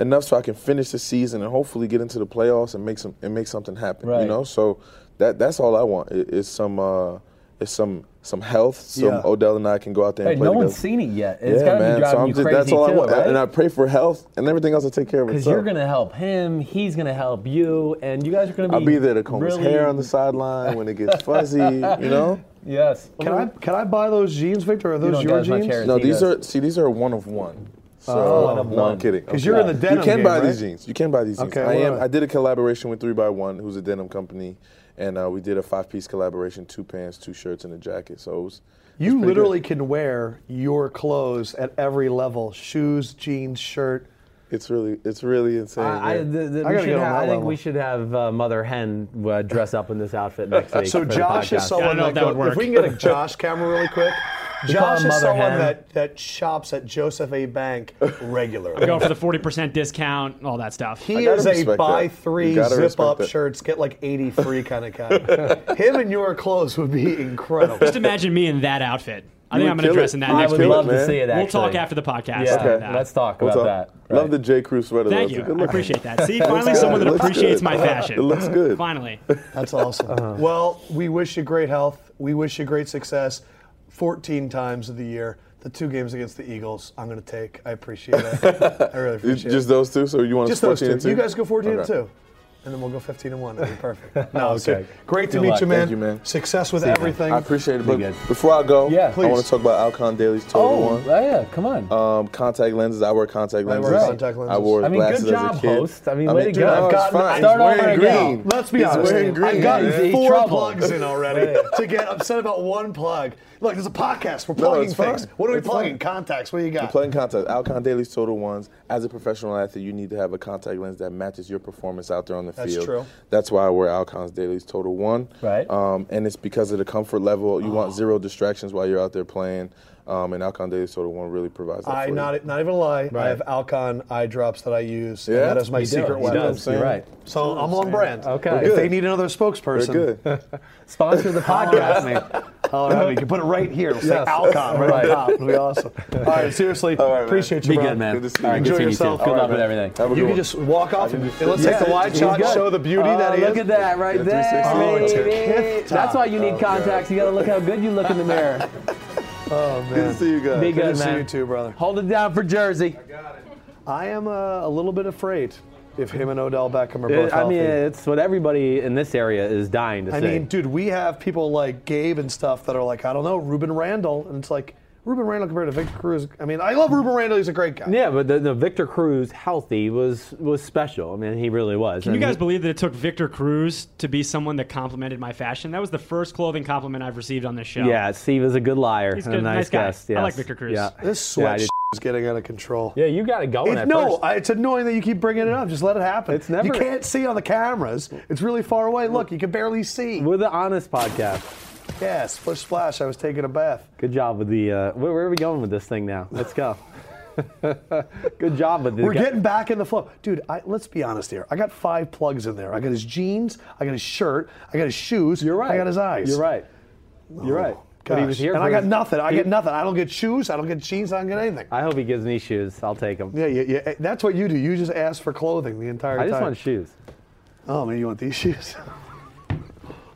enough so I can finish the season and hopefully get into the playoffs and make some and make something happen.
Right.
You know, so that that's all I want i- is some uh, is some some health. Some
Yeah.
Odell and I can go out there and
Hey,
play
no one's
together.
seen it yet. It's got to
yeah,
be
man.
driving
so I'm
you
just,
crazy
that's all
too,
I want,
right?
and I pray for health and everything else will take care of itself.
Because you're going to help him, he's going to help you, and you guys are going to be.
I'll be there to comb
really,
his hair on the sideline when it gets fuzzy. you know.
Yes.
Can I can I buy those jeans, Victor? Are those
don't
your
got as much
jeans?
hair as
No,
he
these
does.
are see these are one of one. So
Oh. One of
no,
one.
I'm kidding.
'Cause
I'm
you're in
kidding.
the denim
You can
game,
buy
right?
these jeans. You can buy these jeans.
Okay,
I
well,
am.
uh,
I did a collaboration with Three by One, who's a denim company, and uh, we did a five piece collaboration: two pants, two shirts, and a jacket. So it was
You literally can wear your clothes at every level: shoes, jeans, shirt.
It's really, it's really insane.
I, I, th-
man.
th-
I
we
gotta
should
get on
ha-
that
I think
level.
we should have uh, Mother Hen uh, dress up in this outfit next week.
So
for the
Josh is
podcast.
someone
know if
that,
that would
go-
work.
if we can get a Josh camera really quick.
call
Josh is
him Mother
someone
Hen.
that, that shops at Joseph A. Bank regularly.
Go for the 40% discount, all that stuff.
He
gotta
is a
respect
buy
that.
three
You gotta
zip
respect
up
that.
shirts, get like 80 free kind of guy. Him in your clothes would be incredible.
Just imagine me in that outfit. I think
would
I'm going to
kill
dress
it.
in that
You
I
next
would
Let's do
week.
it,
love to
man.
see it.
We'll
Actually.
talk after the podcast.
Yeah,
on that.
let's talk
We'll
about
talk.
that.
Love
Right.
the J. Crew sweater.
Thank
though. It's a
you.
good
I
look.
appreciate that. See, finally someone that
Looks good.
appreciates my fashion.
It looks good.
Finally.
That's awesome.
Uh-huh.
Well, we wish you great health. We wish you great success 14 times of the year. The two games against the Eagles, I'm going to take. I appreciate it. I really
You-
appreciate
Just
it.
those two? So you want
Just those
us 14
two.
and two?
You guys go 14 and
Okay.
2. And then we'll go 15 and 1. That'd be perfect. No,
Okay.
okay. Great to
Good
meet
luck.
you, man.
Thank you, man.
Success with everything.
I appreciate it. But
good.
before I go,
Yeah,
I want
please.
to talk about Alcon Daly's Total
Oh,
One.
yeah, come on.
Uh,
Um, contact lenses. I wear contact
I
lenses.
wear contact lenses.
I wore
I mean, good
glasses as
job,
a kid.
host. I mean, way to
dude,
go.
no,
I've
it's
gotten-
Start
fine. He's
over
wearing
again.
green.
Let's be
He's
honest.
wearing green.
I've gotten
man.
He's in
four
trouble.
plugs in already to get upset about one plug. Look, there's a podcast. We're
No,
plugging
it's fine.
things. What are we
It's
plugging?
fine.
Contacts. What do you got?
Playing contact. Alcon Daly's Total Ones. As a professional athlete, you need to have a contact lens that matches your performance out there on the
That's
field.
true.
That's why I wear Alcon's Daly's Total One.
Right.
Um, and it's because of the comfort level. You
Oh.
want zero distractions while you're out there playing. Um, and Alcon Daly's Total One really provides that.
I
for you.
not not even lie. I have Alcon eye drops that I use. and
Yeah?
that is my
You do.
secret
He
weapon.
does. You're right.
So I'm on brand.
Okay.
If
We're
they
good.
need another spokesperson,
Very good.
Sponsor the podcast, man.
All right, we Oh, can put it right here. It'll say
Yes.
Alcon right,
Right.
on top. It'll be awesome. All right, seriously,
right, man.
appreciate you,
Be
bro.
good, man.
Good to see
All
you.
right,
Enjoy
good seeing you,
yourself.
too. Good
All
luck
right,
with
man.
everything.
Have a
You
good
can
one.
just walk off and, and let's
Yeah,
take the wide
he's
shot,
good.
show the beauty
Oh,
that he is.
look at that right
Get a
there.
360.
Oh, it's a
baby.
kith
That's why
top. Oh,
you need contacts. You got to look how good you look in the mirror.
Good to see you guys.
Be good,
Good to
man.
see you too, brother.
Hold it down for Jersey.
I am uh, a little bit afraid if him and Odell Beckham are both
I
healthy.
mean, uh, it's what everybody in this area is dying to
I
see.
mean, dude, we have people like Gabe and stuff that are like, I don't know, Ruben Randall, and it's like Ruben Randall compared to Victor Cruz. I mean, I love Ruben Randall; he's a great guy.
yeah, but the, the Victor Cruz healthy was was special. I mean, he really was.
Can you guys believe that it took Victor Cruz to be someone that complimented my fashion? That was the first clothing compliment I've received on this show.
Yeah, Steve is a good liar.
He's
and
good,
a nice,
nice guy.
guest.
I like
yes.
Victor Cruz.
Yeah.
This
Yeah, I
sweat
did-
is getting out of control.
Yeah, you got it
It-
going. at
no,
first.
I- it's annoying that you keep bringing it up. Just let it happen.
It's never-
You can't see on the cameras. It's really far away. Look, you can barely see.
We're the honest podcast.
Yeah, splish splash. I was taking a bath.
Good job with the. Uh, where, where are we going with this thing now? Let's go. good job with the.
We're getting back in the flow, dude. I, let's be honest here. I got five plugs in there. I got his jeans. I got his shirt. I got his shoes.
You're right.
I got his eyes. Oh,
You're right. You're right. But he was
Gosh.
here
and I
for
got
his-
nothing. I
he-
get nothing. I don't get shoes. I don't get jeans. I don't get anything.
I hope he gives me shoes. I'll take them.
yeah, yeah, yeah. That's what you do. You just ask for clothing the entire
I just
time.
want shoes.
Oh man, you want these shoes?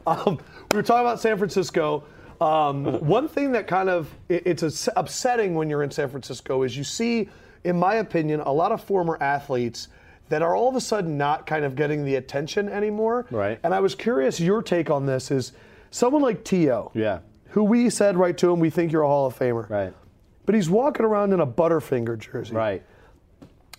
um, we were talking about San Francisco. Um, one thing that kind of it- it's ups- upsetting when you're in San Francisco is you see, in my opinion, a lot of former athletes that are all of a sudden not kind of getting the attention anymore.
Right.
And I was curious your take on this is someone like T.O.
Yeah.
Who we said right to him, we think you're a Hall of Famer.
Right.
But he's walking around in a Butterfinger jersey
Right.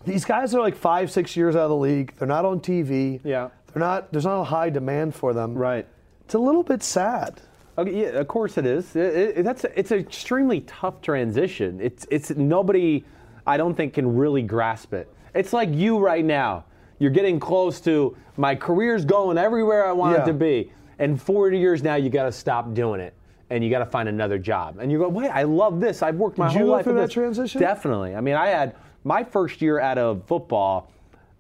these guys are like five, six years out of the league. They're not on TV.
Yeah.
They're not. There's not a high demand for them.
Right.
It's a little bit sad.
Okay, yeah, of course it is. It- it- that's it's an extremely tough transition. It's it's nobody, I don't think, can really grasp it. It's like you right now. You're getting close to my career's going everywhere I want
Yeah.
it to be, and 40 years now you got to stop doing it, and you got to find another job. And you go, wait, I love this. I've worked my
Did you
whole
go
life
through
with
that
this."
transition?
Definitely. I mean, I had my first year out of football.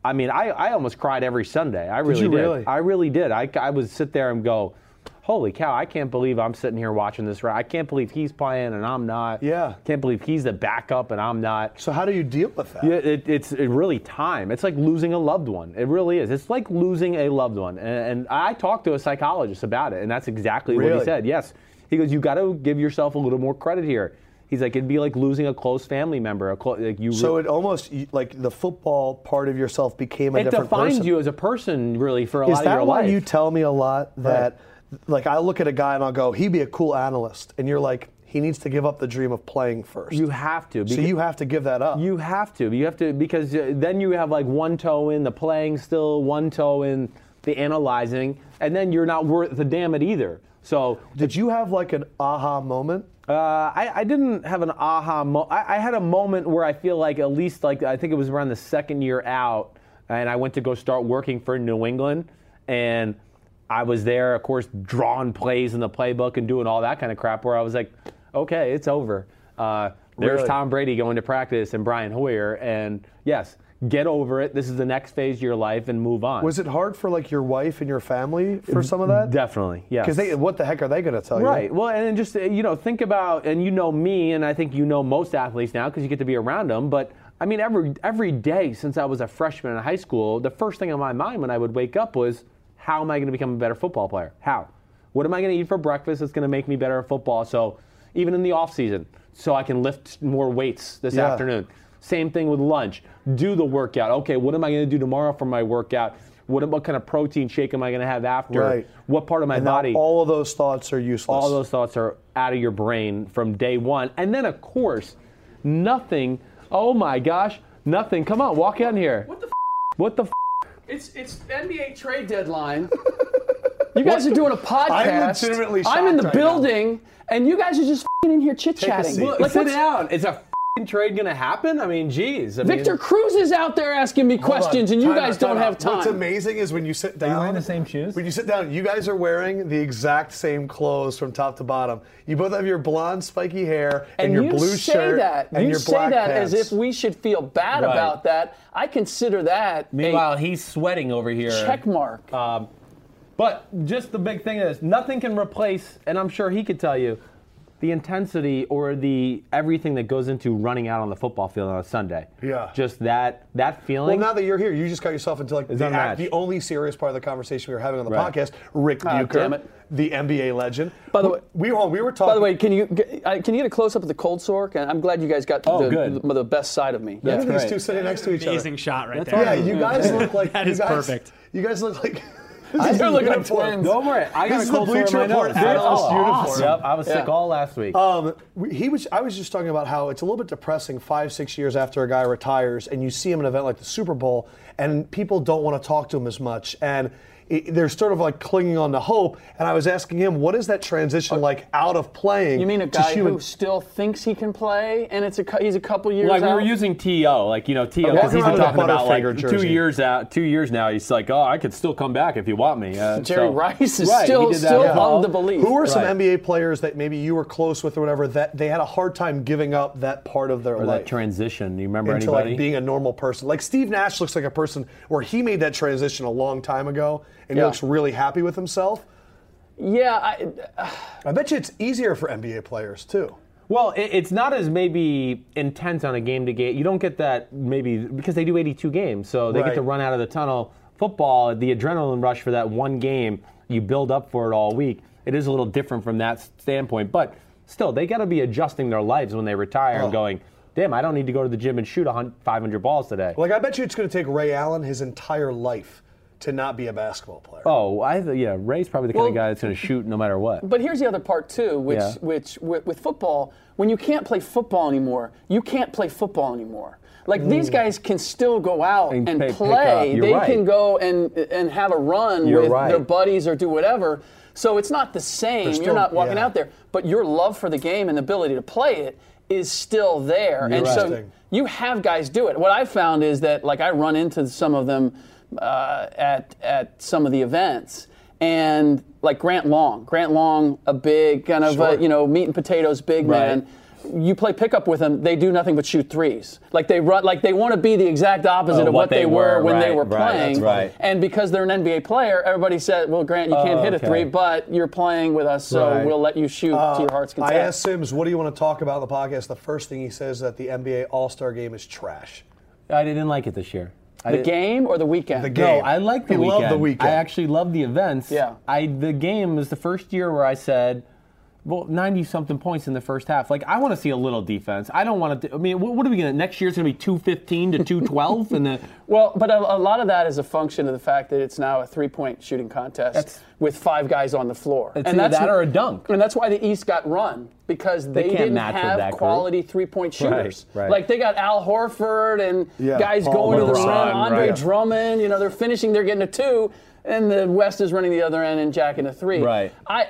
I mean, I, I almost cried every Sunday. I really
you
did.
really?
I really did. I, I would sit there and go, holy cow, I can't believe I'm sitting here watching this. Right, I can't believe he's playing and I'm not.
Yeah.
Can't believe he's the backup and I'm not.
So how do you deal with that?
Yeah, it, it's it really time. It's like losing a loved one. It really is. It's like losing a loved one. And, and I talked to a psychologist about it, and that's exactly what
Really?
he said. Yes, he goes, you got to give yourself a little more credit here. He's like, it'd be like losing a close family member. A clo- like you.
So it almost you- like the football part of yourself became a
it
different
defines
person.
you as a person, really, for a
Is
lot of
that
your
why
life.
you tell me a lot that, like, I look at a guy and I'll go, he'd be a cool analyst, and you're like, he needs to give up the dream of playing first.
You have to.
so
beca-
you have to give that up.
You have to. You have to because uh, then you have like one toe in the playing still, one toe in the analyzing, and then you're not worth the damn it either. So
Did you have like an aha moment?
Uh, I, I didn't have an aha moment. I, I had a moment where I feel like at least like I think it was around the second year out, and I went to go start working for New England, and I was there, of course, drawing plays in the playbook and doing all that kind of crap. Where I was like, okay, it's over. Uh, there's
Really?
Tom Brady going to practice and Brian Hoyer, and yes, get over it. This is the next phase of your life and move on.
Was it hard for like your wife and your family for some of that?
Definitely, yes.
Because they, what the heck are they going to tell you?
Right. Well, and then just uh, you know, think about and you know me, and I think you know most athletes now because you get to be around them. But I mean, every every day since I was a freshman in high school, the first thing on my mind when I would wake up was, how am I going to become a better football player? How? What am I going to eat for breakfast that's going to make me better at football? So even in the off season, so I can lift more weights this
Yeah.
afternoon. Same thing with lunch. Do the workout. Okay, what am I going to do tomorrow for my workout? What, what kind of protein shake am I going to have after?
Right.
What part of my
And now
body?
all of those thoughts are useless.
all those thoughts are out of your brain from day one. And then, of course, nothing. Oh my gosh, nothing. Come on, walk in here. What the? F- what the? F-
It's it's NBA trade deadline. You guys are doing a podcast.
legitimately
I'm in
shocked
the
right
building, and you guys are just fing in here chit chatting.
seat. Well,
Like,
sit
what's-
down. Is a f***ing trade gonna happen? I mean, geez. I
Victor
mean,
Cruz is out there asking me
Hold on,
questions, and you
time
guys
out,
don't
time
have
out.
time.
What's amazing is when you sit down.
wearing the same shoes?
When you sit down, you guys are wearing the exact same clothes from top to bottom. You both have your blonde, spiky hair and, your
you
blue
say
shirt
that.
and
you
your
say
black
that
pants.
as if we should feel bad
Right.
about that. I consider that
meanwhile, he's sweating over here.
a check mark.
Um, but just the big thing is, nothing can replace, and I'm sure he could tell you, the intensity or the everything that goes into running out on the football field on a Sunday.
Yeah.
Just that that
Well,
feeling.
now that you're here, you just got yourself into like the,
unmatched.
act, the only serious part of the conversation we were having on the
Right.
podcast. Rick Bucher,
Ah, damn it.
the NBA legend.
By the
We-
way-
we were we were talking.
By the way, can you get- I- can you get a close up of the cold sore? Can- I'm glad you guys got
Oh,
the,
good.
the, the best side of me.
Look at
yeah.
these
great.
two sitting next to each
Amazing
other.
shot right there.
Yeah, you guys look like
That
you
is
guys-
perfect.
You guys look like
They're looking like
Uniform.
twins.
Don't worry, I
This
got
is
a
the
cold sore in
Bleacher
my
Report
nose.
analyst
Oh,
uniform.
awesome. Yep, I was sick
Yeah.
all last week.
Um, we- he was. I was just talking about how it's a little bit depressing. Five, six years after a guy retires, and you see him in an event like the Super Bowl, and people don't want to talk to him as much, and it, they're sort of like clinging on to hope. And I was asking him, what is that transition like out of playing?
You mean a
to
guy
human-
who still thinks he can play, and it's a cou- he's a couple years
like we were
out?
using To, like you know To, because
Walking
he's
around
been
in a
talking about like
Butterfinger
two
jersey.
years out, two years now. He's like, oh, I could still come back if you want me. Uh,
Jerry
so-
Rice is
Right, he
still
did that
still
as well.
of the belief.
Who are some
Right.
NBA players that maybe you were close with or whatever that they had a hard time giving up that part of their
Or
life?
that transition? You remember
into
anybody?
like being a normal person. Like Steve Nash looks like a person where he made that transition a long time ago and he
Yeah.
looks really happy with himself.
Yeah, I,
I bet you it's easier for NBA players too.
Well, it, it's not as maybe intense on a game to game. You don't get that maybe because they do 82 games, so they
Right.
get to run out of the tunnel. Football, the adrenaline rush for that one game, you build up for it all week. It is a little different from that standpoint, but still, they got to be adjusting their lives when they retire
Oh.
and going, damn, I don't need to go to the gym and shoot a hun- 500 balls today.
Like I bet you it's going to take Ray Allen his entire life to not be a basketball player.
Oh, I th- yeah, Ray's probably the kind of
Well-
guy that's going to shoot no matter what.
but here's the other part too, which
Yeah.
which with, with football, when you can't play football anymore, you can't play football anymore. Like these guys can still go out and,
Mm. And pick- pick up.
play.
You're
They
right.
can go and and have a run
You're
with
right.
their buddies or do whatever. So it's not the same.
still-
You're not walking
yeah.
out there, but your love for the game and the ability to play it is still there. and so
Interesting.
you have guys do it. What I've found is that like I run into some of them uh, at at some of the events, and like Grant Long, Grant Long, a big kind of uh
Sure.
you know meat and potatoes big
Right.
man. You play pickup with them; they do nothing but shoot threes. Like they run, like they want to be the exact opposite
Of
of
what
what they
they
were
were,
when they
right,
were
right, that's
playing.
right.
And because they're an NBA player, everybody said, "Well, Grant, you can't
Oh,
hit a
okay.
three, but you're playing with us, so
Right. Uh,
we'll let you shoot to your heart's content."
I asked Sims, "What do you want to talk about in the podcast?" The first thing he says is that the NBA All Star Game is trash.
I didn't like it this year. I
the
didn't-
game or the weekend?
The
No,
game.
I like the
He
weekend.
loved the weekend.
I actually love the events.
Yeah.
I the game was the first year where I said, well, ninety something points in the first half. Like I want to see a little defense. I don't want to. I mean, what, what are we gonna? Next year's gonna be two fifteen to two twelve, and the
Well, but a, a lot of that is a function of the fact that it's now a three-point shooting contest
That's-
with five guys on the floor,
It's either that or a dunk.
And that's why the East got run because they,
can't
didn't
match with that
have
group.
quality three-point shooters.
right.
Like they got Al Horford and
Yeah,
guys
Paul
going to the rim,
LeBron,
Andre
right.
Drummond. You know, they're finishing, they're getting a two, and the West is running the other end and jacking a three.
Right.
I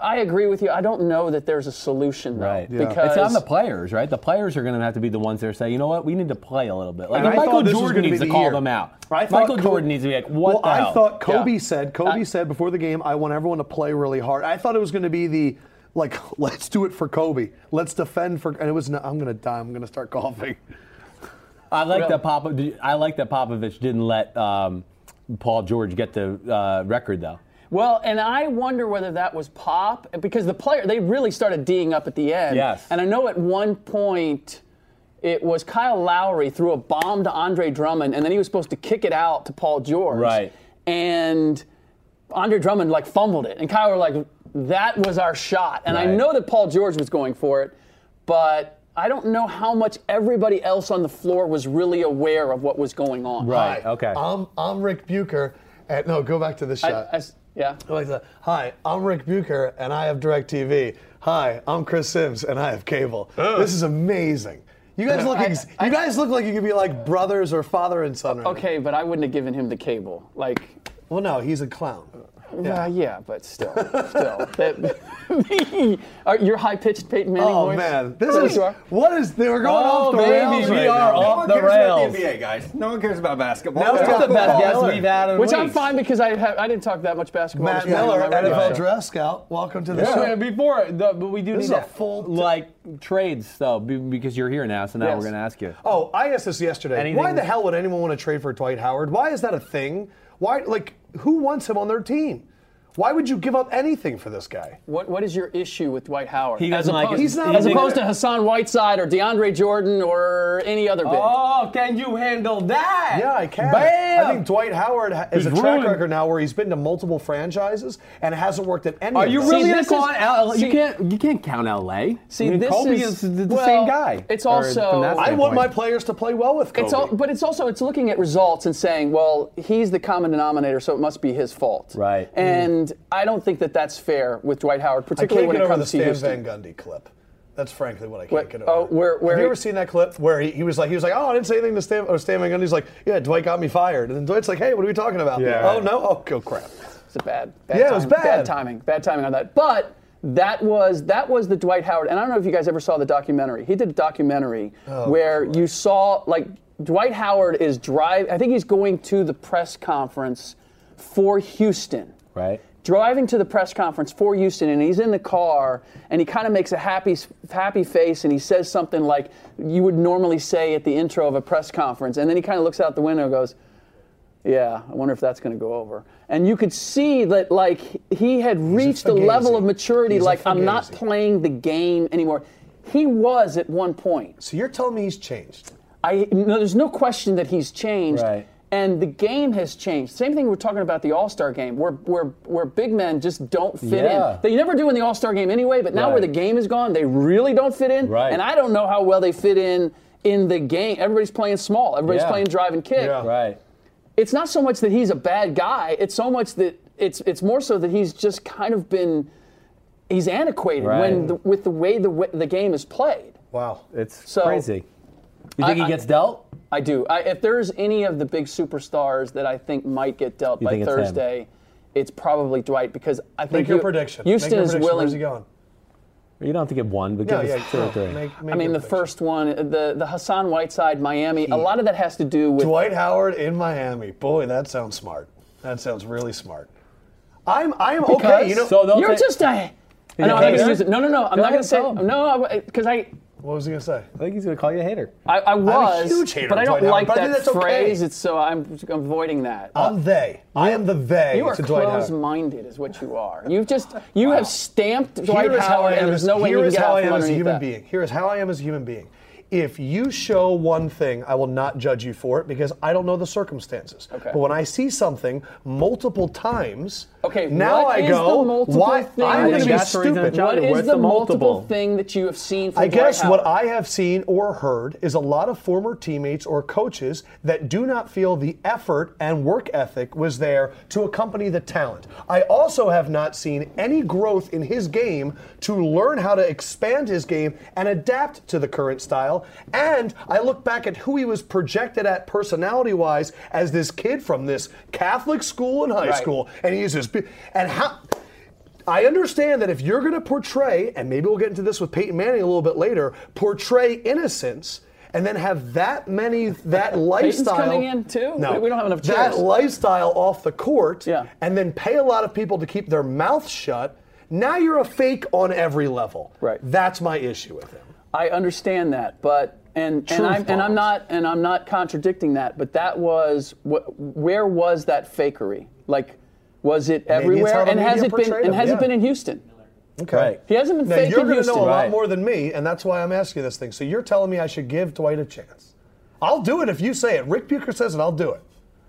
I agree with you. I don't know that there's a solution though,
Right.
because
It's on the players, right? The players are going to have to be the ones that say, you know what, we need to play a little bit. Like
And I
Michael
thought this was
Jordan
gonna be
needs
the
to call
year.
them out.
I thought
Michael
Kobe-
Jordan needs to be like,
Well,
what the hell?
I thought Kobe
Yeah.
said Kobe said before the game, I want everyone to play really hard. I thought it was going to be the like, let's do it for Kobe. Let's defend for, and it was. Not, I'm going to die. I'm going to start coughing.
I like that Pop. I like that Popovich didn't let um, Paul George get the uh, record though.
Well, and I wonder whether that was pop because the player they really started d'ing up at the end.
Yes.
And I know at one point it was Kyle Lowry threw a bomb to Andre Drummond, and then he was supposed to kick it out to Paul George.
Right.
And Andre Drummond like fumbled it, and Kyle were like, "That was our shot." And I
Right.
know that Paul George was going for it, but. I don't know how much everybody else on the floor was really aware of what was going on.
Right. Okay.
I'm I'm Rick Bucher. And, no, go back to this
I-
shot.
I s- yeah.
I like that. Hi, I'm Rick Bucher, and I have DirecTV. Hi, I'm Chris Sims, and I have cable. This is amazing. You guys look. Ex-
I-
you guys look like you could be like brothers or father and son. Right
Okay, but I wouldn't have given him the cable. Like,
now. Well, no, he's a clown.
Yeah, yeah, but still, still. That, Are- you're high pitched Peyton Manning
Oh
voice.
man, this
Yeah,
is
you are.
what is. They were going
Oh,
off the
baby,
rails.
we
right
are
now.
off the rails.
NBA guys. No one cares about basketball.
That was
Yeah.
just
That's the best
Football
guest
Miller.
we've had in
Which I'm
weeks.
fine because I have, I didn't talk that much basketball.
Matt
this morning on
Miller,
my radio
NFL
show.
draft scout. Welcome to the
Yeah.
show.
Before, the, but we do
This is
need
a
to-
full t-
like trades though, be- because you're here now. So now
Yes.
we're going to ask you.
Oh, I asked this yesterday.
Anything-
Why the hell would anyone want to trade for Dwight Howard? Why is that a thing? Why, like, who wants him on their team? Why would you give up anything for this guy?
What, what is your issue with Dwight Howard?
He
as
doesn't like
opposed,
it. He's
not-
as
he
opposed
thinks-
to Hassan Whiteside or DeAndre Jordan or any other big.
Oh, can you handle that?
Yeah, I can.
Bam!
I think Dwight Howard ha- is
He's
a track
ruined.
record now where he's been to multiple franchises and hasn't worked at any.
Are
of
you
them.
really
See,
going
this
to call
is-
out?
see-
you can't. You can't count L.A.
See,
I mean,
this
Kobe
is,
is, the
well,
same guy.
It's
or
also-
from that
I want
standpoint.
my players to play well with Kobe.
It's all, but it's also it's looking at results and saying, well, he's the common denominator, so it must be his fault.
Right.
And I don't think that that's fair with Dwight Howard,
I
particularly
can't
when
get
it
over the
comes to
Stan
Houston.
Van Gundy clip. That's frankly what I can't
Wait,
get over.
oh, where- where
Have
he-
you ever seen that clip where he, he was like, he was like, oh, I didn't say anything to Stan, or Stan Van Gundy's like, yeah, Dwight got me fired, and then Dwight's like, hey, what are we talking about?
Yeah.
Oh no, oh, go crap.
It's a bad, bad
Yeah, it was
timing-
bad.
timing. Bad timing on that. But that was that was the Dwight Howard, and I don't know if you guys ever saw the documentary. He did a documentary
Oh,
where you saw like Dwight Howard is drive. I think he's going to the press conference for Houston.
right.
Driving to the press conference for Houston, and he's in the car, and he kind of makes a happy, happy face, and he says something like you would normally say at the intro of a press conference, and then he kind of looks out the window and goes, yeah, I wonder if that's going to go over. And you could see that, like, he had reached a
fugazi.
level of maturity,
He's a
like, I'm not
fugazi.
playing the game anymore. He was at one point.
So you're telling me he's changed?
I, no, there's no question that he's changed.
Right.
And the game has changed. Same thing we're talking about the All Star game, where, where, where big men just don't fit
Yeah.
in. They never do in the All Star game anyway, but now where
Right.
the game is gone, they really don't fit in.
Right.
And I don't know how well they fit in in the game. Everybody's playing small, everybody's
Yeah.
playing drive and kick
Yeah.
Right.
it's not so much that he's a bad guy. It's so much that it's it's more so that he's just kind of been he's antiquated when
Right.
the, with the way the way the game is played.
Wow.
It's
So-
crazy. You think
I-
he gets dealt?
I do. I, if there's any of the big superstars that I think might get dealt
You
by
think it's him?
Thursday, it's probably Dwight because I think
Make your
you-
prediction.
Houston
Make your
is
prediction.
willing.
Where's he going?
You don't have to give one, but
Yeah,
give
yeah.
us two or
no,
three.
make- make
I mean,
your
the
prediction.
first one, the the Hassan Whiteside, Miami. A lot of that has to do with
Dwight Howard in Miami. Boy, that sounds smart. That sounds really smart. I'm I'm okay. You know
so they'll
you're
take-
just a. I know, I'm
a
not gonna
hater?
use it. No, no, no. I'm
Go
not going
ahead,
to say
tell him.
no because I
what was he gonna say?
I think he's going to call you a hater.
I, I was,
huge hater
but
of
I don't
Dwight Howard,
like
but I think
that
that's okay.
phrase. It's so I'm avoiding that.
I'm they. I am the they.
you are
to Dwight Howard.
close-minded, is what you are. You've just you have stamped Dwight
Here is how I
Howard,
am
and there's
as-
no way you
here
can
is
get
how
out
I
from
am as a
underneath
human
that.
being. Here is how I am as a human being. If you show one thing, I will not judge you for it because I don't know the circumstances.
Okay.
But when I see something multiple times,
Okay,
now
what
I
is
go,
the multiple
why
thing
I'm
that
going to
you-
be
That's the reason
stupid.
John,
what
where's
is the,
the
multiple?
multiple?
thing that you have seen? From
I guess
Dwight
what
Howard?
I have seen or heard is a lot of former teammates or coaches that do not feel the effort and work ethic was there to accompany the talent. I also have not seen any growth in his game to learn how to expand his game and adapt to the current style. And I look back at who he was projected at personality wise as this kid from this Catholic school in high
Right.
school, and he is this. bi- And how. I understand that if you're going to portray, and maybe we'll get into this with Peyton Manning a little bit later, portray innocence. And then have that many that lifestyle
coming in too?
No,
We- we don't have enough
That
chairs.
lifestyle off the court,
Yeah.
and then pay a lot of people to keep their mouth shut. Now you're a fake on every level.
Right.
That's my issue with him.
I understand that, but and and
Truth
I'm, and
bombs.
I'm not and I'm not contradicting that, but that was wh- where was that fakery? Like, was it
it's
everywhere?
how the
And
media
has it been?
portrayed him,
And has
yeah.
it been in Houston?
Okay.
He hasn't been
Now
fake
you're
in
gonna
Houston.
know a lot
Right.
more than me, and that's why I'm asking you this thing. So you're telling me I should give Dwight a chance. I'll do it if you say it. Rick Bucher says it. I'll do it.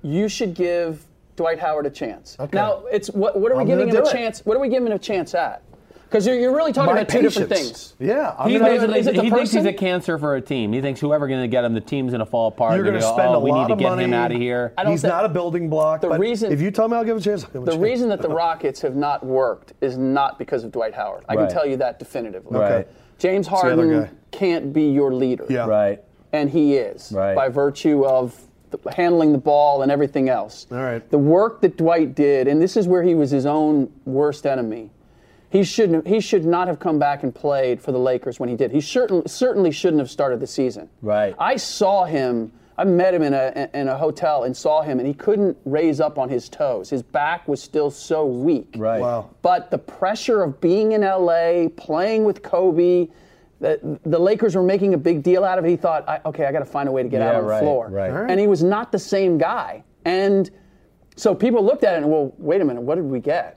You should give Dwight Howard a chance.
Okay.
Now it's what? What are we
I'm
giving
gonna
him a
do it.
chance? What are we giving him a chance at? Because you're, you're really talking
My
about two different
patience.
things.
Yeah. I'm
He,
gonna-
knows-
basically-
is it the
he thinks he's a
person?
cancer for a team. He thinks whoever going to get him, the team's going to fall apart.
You're
They're
going to
gonna go,
spend a
oh, we
lot
need to
of
get
money.
him out of here.
I don't
He's
think-
not a building block.
The
but
reason-
if you tell me I'll give him a chance, I'll give him a
The
chance.
reason that the Rockets have not worked is not because of Dwight Howard. I
Right.
can tell you that definitively.
Right.
James
the other
Harden
guy.
can't be your leader.
Yeah.
Right.
and he is
Right.
by virtue of the, handling the ball and everything else.
All right.
The work that Dwight did, and this is where he was his own worst enemy. He shouldn't. He should not have come back and played for the Lakers when he did. He certain, certainly shouldn't have started the season.
Right.
I saw him. I met him in a in a hotel and saw him, and he couldn't raise up on his toes. His back was still so weak.
Right.
Wow.
But the pressure of being in LA, playing with Kobe, the, the Lakers were making a big deal out of it. He thought, I, okay, I got to find a way to get out
Yeah,
on
right,
the floor.
right. All right.
And he was not the same guy. And so people looked at it and, well, wait a minute, what did we get?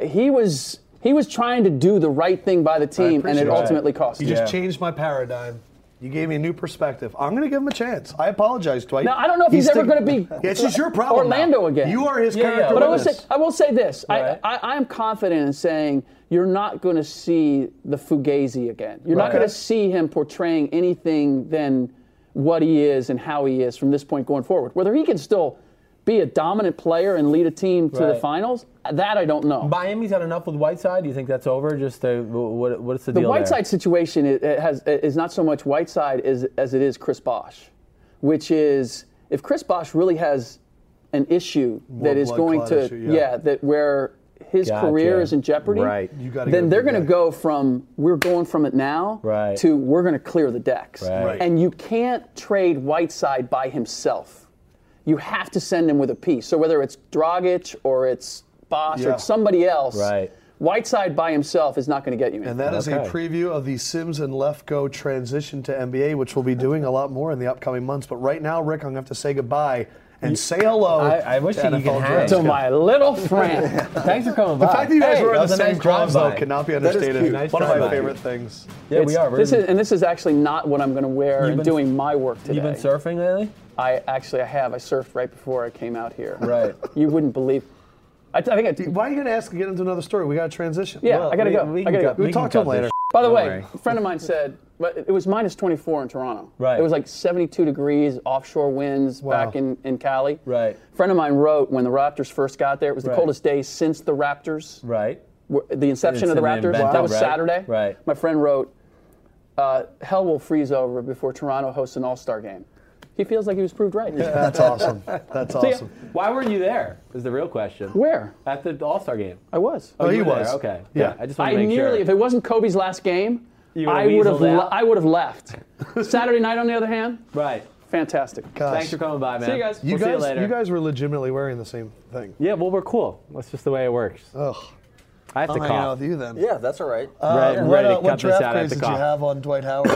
He was he was trying to do the right thing by the team, and
appreciate
it
that.
ultimately cost
You
him.
just changed my paradigm. You gave me a new perspective. I'm going to give him a chance. I apologize, Dwight.
Now, I don't know if he's ever
thinking-
gonna be
Yeah, It's just your problem. now.
Orlando again.
You are his
Yeah, yeah.
character.
But I will
witness.
say, I will say this:
Right.
I, I, I'm confident in saying you're not going to see the Fugazi again. You're not
Right.
going to see him portraying anything than what he is and how he is from this point going forward. Whether he can still be a dominant player and lead a team to the
Right.
finals, that I don't know.
Miami's had enough with Whiteside. Do you think that's over? Just uh, what, what's the,
the
deal there?
Whiteside situation it- it has is not so much Whiteside as as it is Chris Bosch, which is if Chris Bosch really has an issue that is
blood
going
clot
to
issue, yeah.
that where his
Gotcha.
career is in jeopardy,
Right. You
gotta get a
then they're
big
going to
guy.
go from we're going from it now
Right.
to we're going to clear the decks,
Right. Right.
and you can't trade Whiteside by himself. You have to send him with a piece. So whether it's Dragic or it's Bosch
Yeah.
or somebody else,
Right.
Whiteside by himself is not going to get you. anything.
And that is
Okay.
a preview of the Sims and Lefko transition to NBA, which we'll be doing a lot more in the upcoming months. But right now, Rick, I'm going to have to say goodbye and say hello.
I- I wish
to
that you
NFL
could
Draft.
hang.
to my little friend.
Thanks for coming
The
by.
fact that you guys
Hey,
were
that
in the
was a
same
nice
clubs, though,
drive-by.
cannot be
is
understood.
cute. Nice
One of my
drive-by.
favorite things.
Yeah, we are. We're
This
in-
is, and this is actually not what I'm going to wear in
been-
doing my work today.
You've been surfing lately?
I actually I have. I surfed right before I came out here.
Right.
You wouldn't believe. I, I think I did.
Why are you going to ask to get into another story? We got to transition.
Yeah, I gotta
we-
go.
we
I
can
gotta
cut-
go.
we
We'll
can
talk to
cut
him later.
this.
By the way,
worry.
a friend of mine said, but it was minus 24 in Toronto.
Right.
It was like 72 degrees, offshore winds
Wow.
back in, in Cali.
Right.
friend of mine wrote when the Raptors first got there, it was the
Right.
coldest day since the Raptors.
Right.
were- the inception of the
It's
Raptors.
an event,
That was
right?
Saturday.
Right.
My friend wrote, uh, "Hell will freeze over before Toronto hosts an All-Star game." He feels like he was proved right.
That's awesome. That's
ya.
awesome.
Why weren't you there? Is the real question.
Where
At the All Star game.
I was,
Oh,
you
he
were there,
was.
Okay.
Yeah.
I just want
I
to make
nearly. If
sure.
it wasn't Kobe's last game,
You would've
I would have.
weaseled out.
I would have left. Saturday night, on the other hand,
Right.
fantastic.
Gosh.
Thanks for coming by, man.
See you guys.
You
We'll
guys,
see you later.
you guys were legitimately wearing the same thing.
Yeah, well, we're cool. That's just the way it works.
Ugh.
I have to
I'm hanging out
cough.
with you then.
Yeah, that's all right.
Red,
What,
ready
Oh, uh,
to
what
cut this
draft
out. I have
grades
to
did you
cough.
have on Dwight Howard?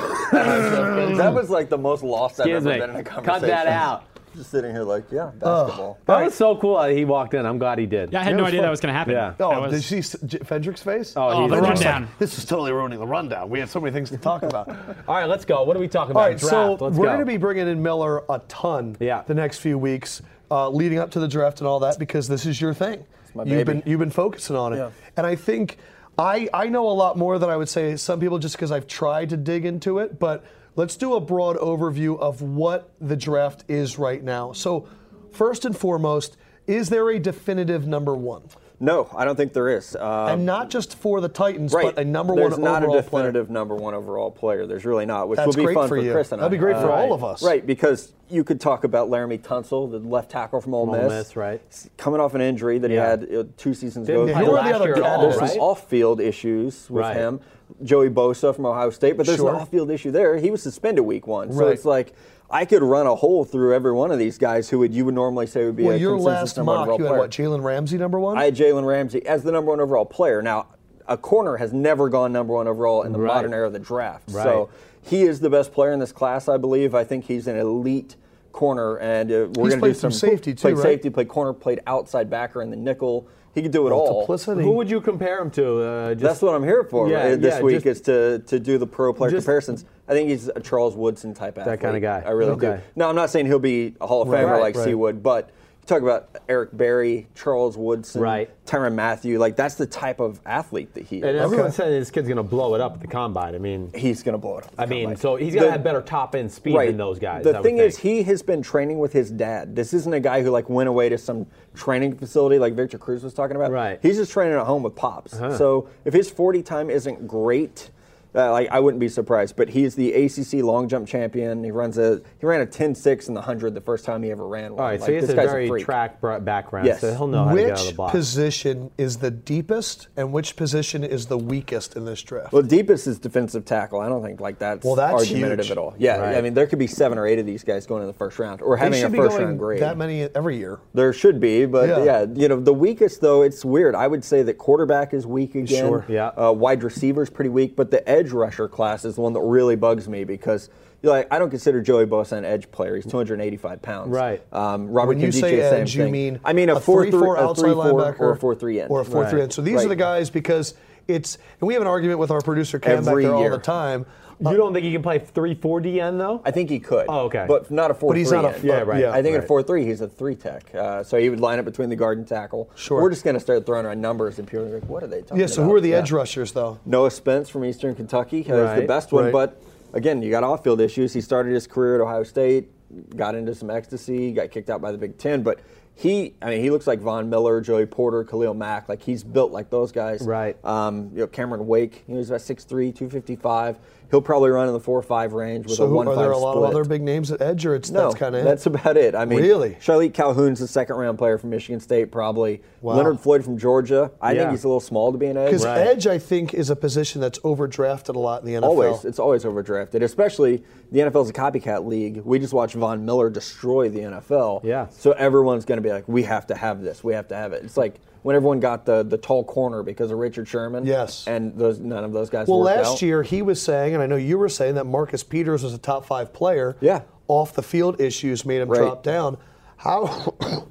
that was like the most lost I've
Excuse
ever
me.
been in a
Cut that
conversation.
out.
Just sitting here like, yeah, basketball.
That was so cool. that He walked in. I'm glad he did.
Yeah, I had
Yeah, it
no
was
idea
fun.
that was going to happen.
Yeah.
Oh,
That was-
did you see J- Fendrick's face?
Oh,
Oh,
he's
the
running.
rundown.
This is totally ruining the rundown. We had so many things to talk about.
All right, let's go. What are we talking about?
All right,
draft.
so
let's
we're
go.
going to be bringing in Miller a ton
Yeah.
the next few weeks, uh, leading up to the draft and all that, because this is your thing.
my
you've
baby.
been you've been focusing on it,
Yeah.
and I think I I know a lot more than I would say some people just because I've tried to dig into it. But let's do a broad overview of what the draft is right now. So, first and foremost, is there a definitive number one?
No, I don't think there is. Um,
and not just for the Titans,
right.
but a number
There's
one
not
overall
a definitive number one overall player. There's really not, which
That's
will be
great
fun
for
for,
you.
Chris and I.
That'd be great for all of us.
Right, because you could talk about Laramie Tunsil, the left tackle from Ole Miss.
Miss, right.
s- Coming off an injury that
Yeah.
he had uh, two seasons
Didn't
ago.
play
You were
last
the other
year at
guy.
all,
There's
right?
some off-field issues with
Right.
him. Joey Bosa from Ohio State, but there's
Sure.
an off-field issue there. He was suspended week one, so
Right.
it's like I could run a hole through every one of these guys who would you would normally say would be
Well,
a
your last
consensus number one
mock,
overall
you had
player.
what? Jalen Ramsey, number one.
I had Jalen Ramsey as the number one overall player. Now, a corner has never gone number one overall in the
Right.
modern era of the draft.
Right.
So he is the best player in this class, I believe. I think he's an elite corner, and uh, we're
He's
going to do
played
some
some safety, too,
Played
right?
safety, played corner, played outside backer in the nickel. He could do it all.
Multiplicity.
Who would you compare him to? Uh, just,
That's what I'm here for
Yeah,
right, this
yeah,
week
just-
is to, to do the pro player
Just-
comparisons. I think he's a Charles Woodson type athlete.
kinda guy.
I really
Okay.
do. Now, I'm not saying he'll be a Hall of
Right,
Famer
right,
like
right.
Seawood, but you talk about Eric Berry, Charles Woodson,
Right.
Tyron Matthew. Like, that's the type of athlete that he is.
and everyone said this kid's going to blow it up at the combine. I mean,
He's going to blow it up.
I mean, so he's going to
The-
have better top end speed than those guys.
The
I would
thing is,
think.
he has been training with his dad. This isn't a guy who like went away to some training facility like Victor Cruz was talking about.
Right. Uh-huh.
He's just training at home with pops. So if his 40 time isn't great. Uh, like I wouldn't be surprised, but he's the ACC long jump champion. He runs a he ran a 10-6 in the hundred the first time he ever ran one.
all right.
Like,
so he has
this
a
guy's
very
freak.
track bra- background,
Yes.
so he'll know how to get out of the
which
box.
position is the deepest, and which position is the weakest in this draft?
Well, deepest is defensive tackle. I don't think like that's,
Well, that's
argumentative
huge.
at all. Yeah,
Right.
I mean there could be seven or eight of these guys going in the first round or
they
having
should
a
be
first
going
round grade.
that many every year.
There should be, but
Yeah.
yeah. you know, the weakest though, it's weird. I would say that quarterback is weak again.
Sure.
Yeah.
Uh, wide receiver's pretty weak, but the edge rusher class is the one that really bugs me because you know, like I don't consider Joey Bosa an edge player. He's 285 pounds.
Right.
Um, Robert
When you
Kandiche,
say
same
edge, you
thing.
mean
I mean a,
a
four
three four
a
outside
three, four,
linebacker
or a four three end
or a four three
Right.
end. So these are
Right.
the guys because it's and we have an argument with our producer Cam back
Every
there all
year.
the time.
you don't think he can play three four DN though?
I think he could.
Oh, okay.
But not a four.
But he's not a-
end.
yeah, right,
I think
right.
at four three he's a three tech. Uh, so he would line up between the guard and tackle.
Sure.
We're just going to start throwing around numbers and people are like, what are they talking
Yeah.
about?
So who are the edge
Yeah.
rushers though?
Noah Spence from Eastern Kentucky is
Right,
the best one,
right.
but again, you got off-field issues. He started his career at Ohio State, got into some ecstasy, got kicked out by the Big Ten, but he, I mean, he looks like Von Miller, Joey Porter, Khalil Mack. Like he's built like those guys.
Right.
Um, you know, Cameron Wake, you know, he's about 6'3", 255. He'll probably run in the four five range with
So
a
who,
one
are
five
there a lot of
split.
other big names at edge, or it's
No,
that's kind of
that's about it. I mean,
Really?
Charlotte Calhoun's the second round player from Michigan State, probably.
Wow.
Leonard Floyd from Georgia. I
Yeah.
think he's a little small to be an edge.
because edge I think is a position that's overdrafted a lot in the NFL.
Always, it's always overdrafted. Especially the NFL's a copycat league. We just watched Von Miller destroy the NFL.
Yeah.
So everyone's going to be like, we have to have this. We have to have it. It's like when everyone got the the tall corner because of Richard Sherman.
Yes.
And those none of those guys.
Well,
worked
last
out.
year he was saying, and I know you were saying that Marcus Peters was a top five player.
Yeah.
Off the field issues made him
Right.
drop down. How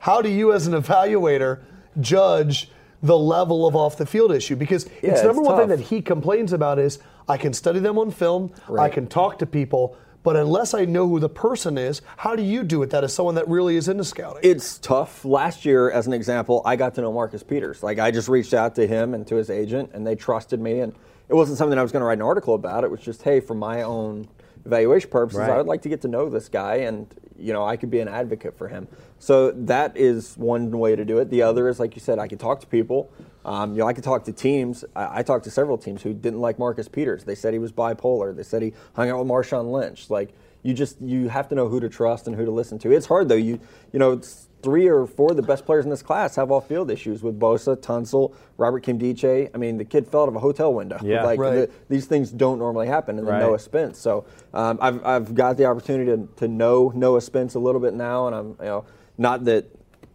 how do you as an evaluator judge the level of off the field issue? Because
Yeah,
it's the number
it's
one thing
tough.
that he complains about is I can study them on film, I
Right.
can talk to people, but unless I know who the person is, how do you do it? That is someone that really is into scouting.
It's tough. Last year, as an example, I got to know Marcus Peters. Like I just reached out to him and to his agent, and they trusted me. And it wasn't something I was going to write an article about. It was just, hey, for my own evaluation purposes,
Right.
I would like to get to know this guy, and you know, I could be an advocate for him. So that is one way to do it. The other is, like you said, I could talk to people. Um, you know, I could talk to teams. I, I talked to several teams who didn't like Marcus Peters. They said he was bipolar. They said he hung out with Marshawn Lynch. Like you just you have to know who to trust and who to listen to. It's hard though. You you know it's three or four of the best players in this class have off field issues with Bosa, Tunsil, Robert Kimdiche. I mean, the kid fell out of a hotel window.
Yeah.
like
Right.
the- these things don't normally happen. And then
Right.
Noah Spence. So um, I've I've got the opportunity to, to know Noah Spence a little bit now, and I'm you know not that.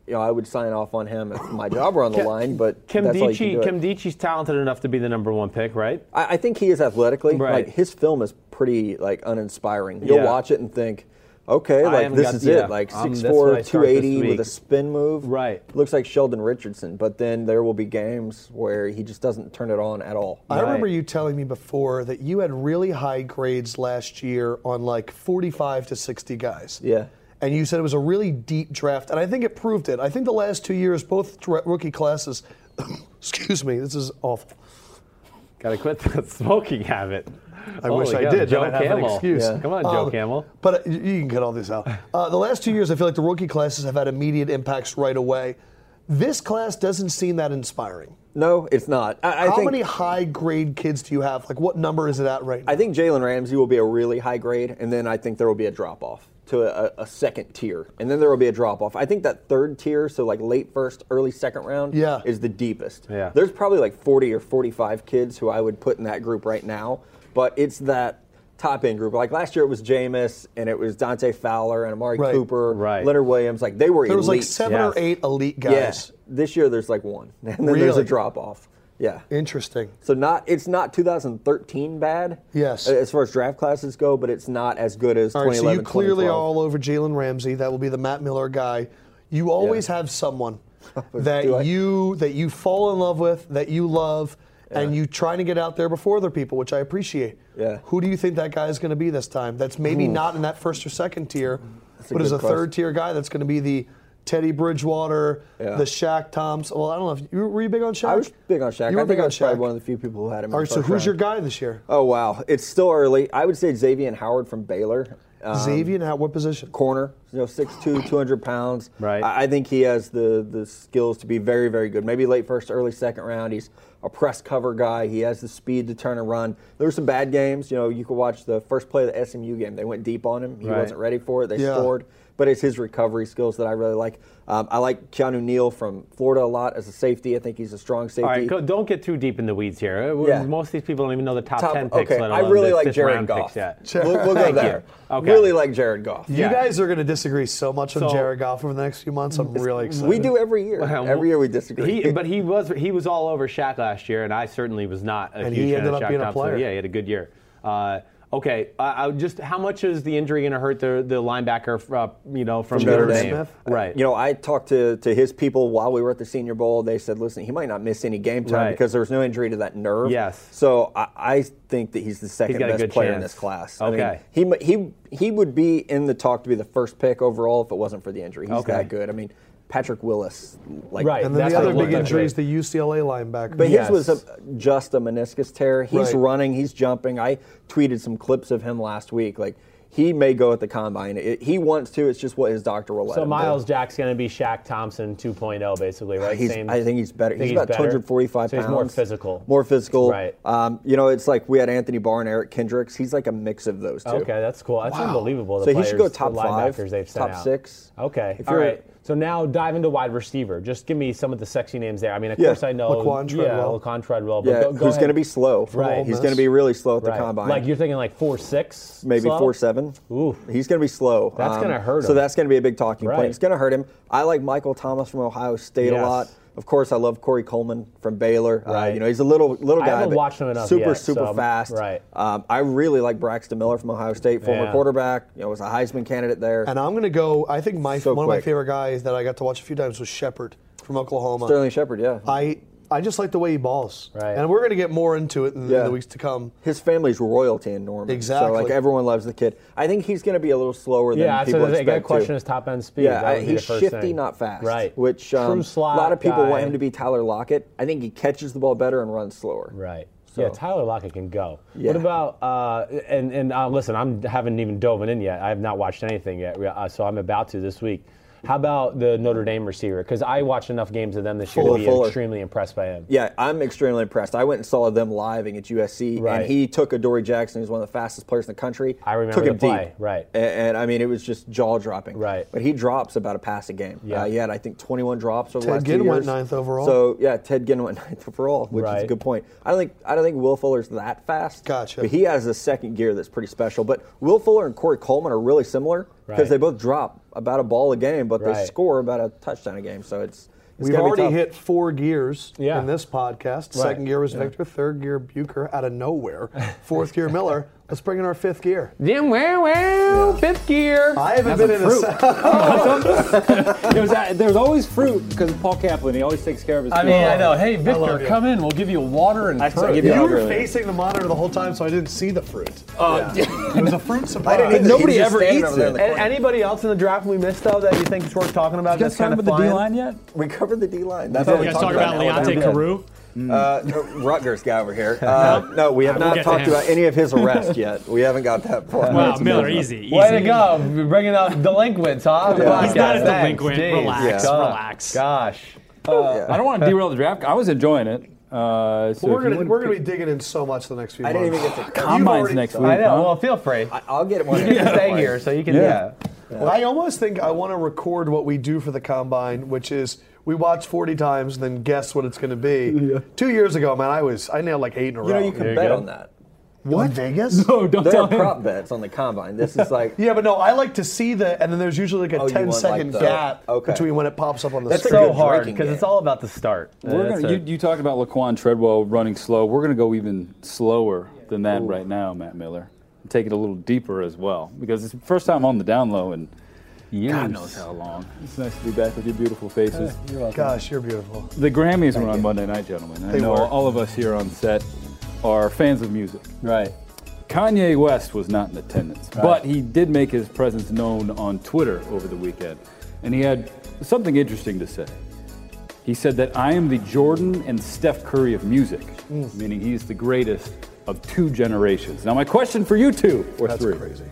You know, I would sign off on him if my job were on the line, but
Kim
that's all you can do
Dichie,
it.
Kim Dichie's talented enough to be the number one pick, right?
I, I think he is athletically.
Right.
Like his film is pretty like uninspiring. You'll
Yeah.
watch it and think, okay,
I
like
haven't
this
got-
is
yeah.
it. Like
Um, that's
6'4",
what I start this
280 with a
week.
spin move.
Right.
Looks like Sheldon Richardson, but then there will be games where he just doesn't turn it on at all.
I
Right.
remember you telling me before that you had really high grades last year on like 45 to 60 guys.
Yeah.
And you said it was a really deep draft, and I think it proved it. I think the last two years, both dra- rookie classes, excuse me, this is awful.
Gotta quit that smoking habit.
I wish I did.
Oh, Joe
then I'd have an
Camel.
excuse.
Come on, Joe
Um,
Camel.
But uh, you you can cut all this out. Uh, the last two years, I feel like the rookie classes have had immediate impacts right away. This class doesn't seem that inspiring.
No, it's not. I, I
How
think,
many high grade kids do you have? Like, what number is it at right now?
I think Jalen Ramsey will be a really high grade, and then I think there will be a drop off to a, a second tier, and then there will be a drop off. I think that third tier, so like late first, early second round,
Yeah.
is the deepest.
Yeah.
There's probably like 40 or 45 kids who I would put in that group right now, but it's that top end group. Like last year, it was Jameis, and it was Dante Fowler, and Amari
Right.
Cooper,
Right.
Leonard Williams. Like they were
there was
elite.
like seven
yeah.
or eight elite guys.
Yes. This year, there's like one, and then there's
Really?
a drop off. Yeah.
Interesting.
So not it's not 2013 bad.
Yes.
As far as draft classes go, but it's not as good as
All right, so you
2011.
clearly are
2012.
all over Jalen Ramsey. That will be the Matt Miller guy. You always have someone
Do I?
that you that you fall in love with, that you love, and you try to get out there before other people, which I appreciate.
Yeah.
Who do you think that guy is going to be this time? That's maybe not in that first or second tier,
a
but is
good
a
question.
third tier guy that's going to be the Teddy Bridgewater,
Yeah.
the Shaq Thompson. Well, I don't know if you were you big on Shaq.
I was big on Shaq.
You were
I think
big
I
on
was probably
Shaq.
one of the few people who had him. in
All
the
right, so
first
who's
round.
your guy this year?
Oh wow, it's still early. I would say Xavier Howard from Baylor. Um,
Xavier, and at what position?
corner, you know, 6'2", 200 pounds.
Right.
I, I think he has the the skills to be very, very good. Maybe late first, early second round. He's a press cover guy. He has the speed to turn and run. There were some bad games. You know, you could watch the first play of the SMU game. They went deep on him. He
Right.
wasn't ready for it. They
Yeah.
scored. But it's his recovery skills that I really like. Um, I like Keanu Neal from Florida a lot as a safety. I think he's a strong safety.
All right, go, don't get too deep in the weeds here. Uh,
Yeah.
Most of these people don't even know the top,
Top-
10 picks,
okay,
let
I
alone
really
the
like
fifth
Jared
round
Goff.
Picks yet.
We'll, we'll go
Thank you.
there.
Okay.
Really like Jared Goff.
You guys are going to disagree so much on
So-
Jared Goff over the next few months. I'm really excited.
We do every year.
Well,
every year we disagree.
He, but he was he was all over Shaq last year, and I certainly was not. A
And
huge
he
fan
ended
of
up
Shaq
being a
Thompson.
player.
Yeah, he had a good year. Uh, okay, I, I would just how much is the injury going to hurt the the linebacker? Uh, you know, from,
Notre
Notre
Dame. Uh,
Smith?
right?
You know, I talked to, to his people while we were at the Senior Bowl. They said, listen, he might not miss any game time
Right.
because there was no injury to that nerve.
Yes.
So I, I think that he's the second
got a
best
good
player in
chance.
this class.
Okay.
I mean, he, mi- he, he would be in the talk to be the first pick overall if it wasn't for the injury. He's
Okay.
that good. I mean, Patrick Willis. Like,
Right.
And then
That's
the
what
other
it looked
big
like.
injury is the UCLA linebacker.
But
Yes.
his was a, just a meniscus tear. He's
Right.
running, he's jumping. I tweeted some clips of him last week. Like, he may go at the combine. It- he wants to. It's just what his doctor will let
So
him do.
Miles Jack's going to be Shaq Thompson 2.0, basically, right?
He's,
Same-
I think he's better.
think
he's, about
better.
245
So
pounds.
he's more physical.
More physical.
Right.
Um, you know, it's like we had Anthony Barr and Eric Kendricks. He's like a mix of those two.
Okay, that's cool. That's unbelievable. The
So he
players,
should go
the
top five,
linebackers they've sent
top
out.
six.
Okay,
If
all
you're-
right. So now dive into wide receiver. Just give me some of the sexy names there. I mean, of
Yeah,
course I know
Laquan Treadwell.
Yeah, Laquan Treadwell. But
Yeah.
go, go
who's
ahead.
going to be slow?
Right. Ole
He's
Miss.
going to be really slow at the
Right.
combine.
Like you're thinking like four six,
maybe
slow?
four seven.
Ooh.
He's going to be slow. Um,
That's gonna hurt
So
him.
that's going to be a big talking
Right.
point. It's going to hurt him. I like Michael Thomas from Ohio State
Yes.
a lot. Of course, I love Corey Coleman from Baylor. Uh,
Right.
you know, he's a little little
I
guy,
haven't
but
watched him enough
super
yet,
super
so-
fast.
right.
Um, I really like Braxton Miller from Ohio State, former
Yeah.
quarterback. You know, was a Heisman candidate there.
and I'm going to go. I think my
So
one of my
quick.
favorite guys that I got to watch a few times was Shepard from Oklahoma.
Sterling Shepard, yeah.
I I just like the way he balls.
Right.
And we're going to get more into it in, in
Yeah.
the weeks to come.
His family's royalty in Norman.
Exactly.
So like everyone loves the kid. I think he's going to be a little slower than
Yeah,
people
so I
expect.
got a question
too.
is top end speed.
Yeah,
That
I-
would be
he's
the first
shifty,
thing.
not fast.
Right.
Which um,
True slot
a lot of people
guy.
want him to be Tyler Lockett. I think he catches the ball better and runs slower.
Right.
So-
Yeah, Tyler Lockett can go.
Yeah.
What about uh, and and uh, listen, I'm haven't even dove in yet. I have not watched anything yet, uh, so I'm about to this week. How about the Notre Dame receiver? Because I watched enough games of them this year
Fuller,
to be
Fuller.
extremely impressed by him.
Yeah, I'm extremely impressed. I went and saw them living at USC,
Right.
and he took Adoree Jackson, who's one of the fastest players in the country.
I remember
took
the
him
play,
deep,
right.
A- And, I mean, it was just jaw dropping.
Right.
But he drops about a pass a game.
Yeah.
Uh, he had I think 21 drops over the
Ted
last two
Ginn went
years.
ninth overall.
So yeah, Ted Ginn went ninth overall, which is
Right.
a good point. I don't think I don't think Will Fuller's that fast.
Gotcha.
But he has a second gear that's pretty special. But Will Fuller and Corey Coleman are really similar because
Right.
they both drop about a ball a game, but they
Right.
score about a touchdown a game. So it's, it's
We've
gonna be
already
tough.
hit four gears
Yeah.
in this podcast. Second gear was Victor. Third gear Bucher out of nowhere. Fourth gear Miller. Let's bring in our fifth gear.
Damn, well, well, fifth gear.
I haven't been in a. se-
There's, a- there's always fruit because of Paul Kaplan. He always takes care of his
I
fruit.
mean, I know. Hey, Victor,
love you.
come in. We'll give you water and
saw
fruit.
you-
You
Yeah,
were
really.
facing the monitor the whole time, so I didn't see the fruit. Yeah. It was a fruit surprise.
Uh, didn't either.
Nobody
He's just
ever
standing
eats
over there
it.
in the
A-
corner.
anybody else in the draft we missed though that you think is worth talking about?
You
That's
guys talking
kind of
about the D line
flying.
yet?
We covered the D line. That's
Yeah,
what we
You guys
talked
talk about
Alabama.
Leonte Carew?
Uh, Rutgers guy over here. Uh, no, we have
We'll
not
get to
talked
him.
about any of his arrests yet. We haven't got that far.
Wow,
That's
Miller,
amazing.
easy. easy.
Way to go. We're bringing out delinquents, huh?
Yeah. He's
not a
Podcast. Thanks.
delinquent.
Jeez.
Relax,
God.
relax.
Gosh.
Uh, I don't want to derail the draft. I was enjoying it. Uh, so
Well, we're
if you
gonna
wouldn't
we're gonna
pick-
be digging in so much the next few.
I didn't
months.
even get to
You've
Combine's
already-
next week.
I know.
huh?
Well, feel free.
I, I'll get one.
You get to stay here, so you can. Yeah.
I almost think I want to record what we do for the combine, which is we watch 40 times, then guess what it's going to be. Two years ago, man, I was I nailed like eight in a
You
row.
know, you can bet on that.
what Vegas?
No, Oh, don't
There
tell
are
him.
prop bets on the combine. This is like
Yeah, but no, I like to see the, and then there's usually like a
Oh, you
10
want, like,
second
the-
gap
okay.
between when it pops up on the
That's a
screen.
good
So hard
drinking
because it's
game.
all about the start.
We're
That's
gonna,
it.
you, you talked about Laquan Treadwell running slow. We're going to go even slower than that right now, Matt Miller. And take it a little deeper as well because it's the first time on the down low and God knows how long. It's nice to be back with your beautiful faces.
Gosh, you're beautiful.
The Grammys were on Monday night, gentlemen. I
They
know
were.
all of us here on set are fans of music.
Right.
Kanye West was not in attendance, but he did make his presence known on Twitter over the weekend, and he had something interesting to say. He said that I am the Jordan and Steph Curry of music,
Mm.
meaning he is the greatest of two generations. Now, my question for you two, or
That's
three,
crazy.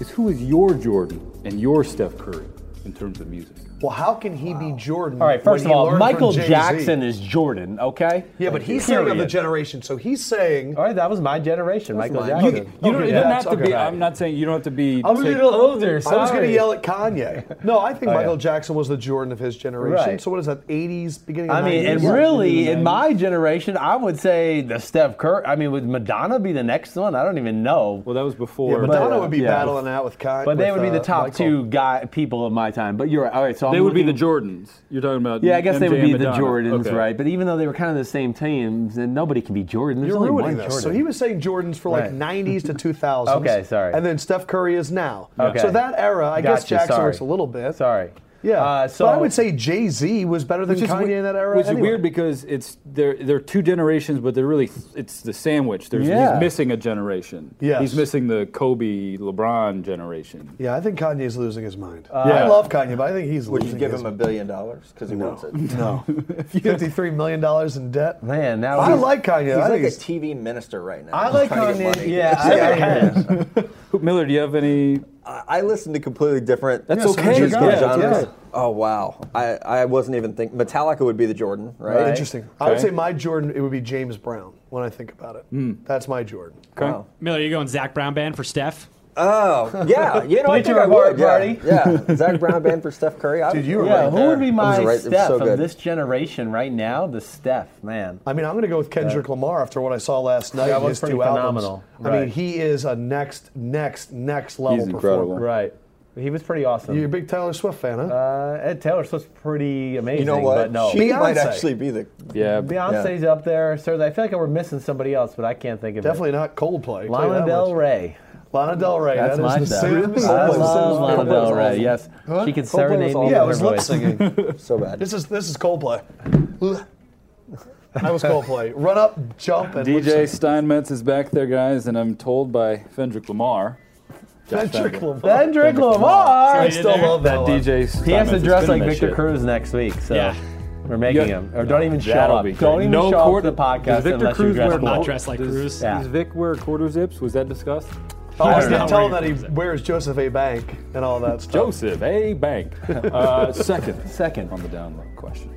is who is your Jordan and your Steph Curry in terms of music?
Well, how can he be Jordan?
All right. First
when he
of all,
learned
Michael
from Jay-Z?
Jackson is Jordan. Okay.
Yeah, but he's
Period.
saying of the generation, so he's saying.
all right, that was my generation, Michael
mine.
You,
Jackson.
you don't, it
yeah,
doesn't
that's-
have to
okay,
be.
right.
I'm not saying you don't have to be.
I'm a
take-
little older.
I was going to
sorry.
yell at Kanye. No, I think
Oh, yeah.
Michael Jackson was the Jordan of his generation.
Right.
So what is that? 80s, beginning. Of
I mean,
90s?
and
Yeah.
really, in my generation, I would say the Steph Curry. I mean, would Madonna be the next one? I don't even know.
well, that was before.
Yeah, Madonna would be
yeah.
battling out with uh, Kanye.
But they would be
uh,
the top two guy people of my time. But you're right. All right, so
They
I'm
would be the
looking-
Jordans. You're talking about.
Yeah, I guess they
MJ
would
and
be the
Madonna.
Jordans,
Okay.
right? But even though they were kind of the same teams, and nobody can be Jordan. There's
You're
only one
ruining this.
Jordan.
So he was saying Jordans for like
Right.
90s to 2000s.
Okay, sorry.
And then Steph Curry is now.
Okay.
So that era, I guess
Gotcha,
Jackson
sorry.
works a little bit.
Sorry.
Yeah.
Uh, so
but I would say Jay Z was better than
Which is
Kanye
we-
in that era.
Which
anyway.
is weird because it's they're they're two generations, but they're really it's the sandwich. There's
Yeah.
he's missing a generation.
Yes.
he's missing the Kobe, LeBron generation.
Yeah, I think Kanye's losing his mind.
Uh,
I love Kanye, but I think he's
Would you
losing
give
his
him a billion dollars because he wants it?
No. $53 million in debt.
man, now
I
he's-
like Kanye.
He's
I
like
think
a
he's-
TV minister right now.
I like
Trying to get
Kanye.
money.
Yeah, I like him.
Who- Miller, do you have any?
I, I listened to completely different.
That's Yeah, okay,
music
go ahead,
genres.
yeah.
Oh wow, I, I wasn't even thinking. Metallica would be the Jordan, right?
Right.
Interesting. I would
Okay.
say my Jordan, it would be James Brown when I think about it.
Hmm.
That's my Jordan.
Okay.
Wow.
Miller, you going Zach Brown band for Steph?
Oh yeah, you know I
Bleacher
think I
Report
would. Yeah,
party.
yeah. Zach Brown band for Steph Curry. I,
Dude, you were
Yeah,
right
who
there.
would
I
be
was
my
right- it was
Steph
so
of
good.
this generation right now? The Steph, man.
I mean, I'm going to go with Kendrick Lamar after what I saw last night.
That
in
was
his
pretty
two albums.
phenomenal.
I mean,
Right.
he is a next, next, next level
He's
performer.
incredible.
Right. He was pretty awesome.
You're a big Taylor Swift fan, huh?
uh, Ed Taylor Swift's pretty amazing.
You know
But
what?
no.
She
Beyonce.
might actually be the.
Yeah.
Beyonce's up there. Sir, I feel like we're missing somebody else, but I can't think of
Definitely
it.
not Coldplay. tell you
Lana
that
Del
much.
Rey.
Lana Del Rey.
That's
that
my
is the
stuff.
Sims.
I
Sims.
love
Coldplay
Lana
was
Del
awesome.
Rey. Yes, she can
Coldplay was
serenade me
awesome.
with
Yeah, it
her
was lip
voice.
singing.
So bad.
this is this is Coldplay. that was Coldplay. Run up, jump, and lip
DJ
sync.
Steinmetz is back there, guys, and I'm told by Fendrick Lamar. Josh
Kendrick Lamar.
Kendrick Lamar.
I still love that DJ.
That DJ.
He has
Steinmetz
to
is
dress
spinning
like
that
Victor
shit.
Cruz next week, so
Yeah.
we're making
Yeah.
him. Or don't even show
That'll
up.
be great.
Don't even
no
show
court,
up to the podcast
Does Victor
unless you
Cruz
dress
wear
cool.
Not dressed like
does,
Cruz.
Yeah.
Does Vic wear quarter zips? Was that discussed?
Oh, I was
Yeah.
going to tell him that he wears Joseph A. Bank and all that stuff.
Joseph A. Bank. Uh, second.
Second.
On the down low question.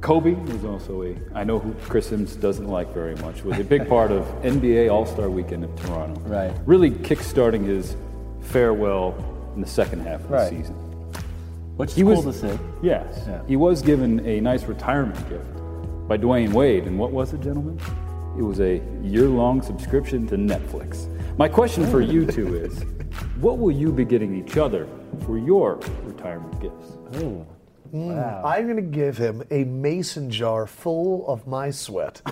Kobe is also a, I know who Chris Sims doesn't like very much, was a big part of NBA All Star Weekend in Toronto.
Right.
Really kickstarting his farewell in the second half of
Right.
the season.
Which is
He
cool
was-
to see.
Yes.
Yeah.
He was given a nice retirement gift by Dwayne Wade. And what was it, gentlemen? It was a year long subscription to Netflix. My question for you two is what will you be getting each other for your retirement gifts?
I'm going to give him a mason jar full of my sweat,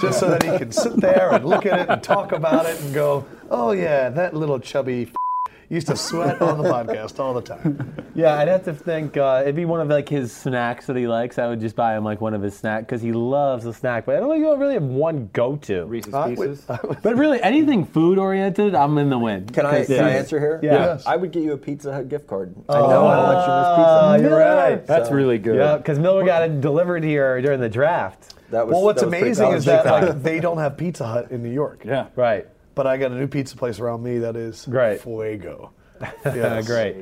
just so that he can sit there and look at it and talk about it and go, "Oh yeah, that little chubby f- used to sweat on the podcast all the time."
Yeah, I'd have to think uh, it'd be one of like his snacks that he likes. I would just buy him like one of his snacks because he loves a snack. But I don't think you really have one go-to.
Reese's
I would-
Pieces?
But really, anything food-oriented, I'm in the win.
Can I, can I answer here? Yeah.
Yes.
I would get you a Pizza Hut gift card. I
Oh.
know how much
Oh,
you miss pizza.
you're right.
That's
So,
really good.
Yeah, because Miller got it delivered here during the draft.
That was,
Well, what's
that was pretty
amazing
cool.
is that like they don't have Pizza Hut in New York,
Yeah.
Right.
but I got a new pizza place around me that is
Right.
fuego.
Yes.
Great.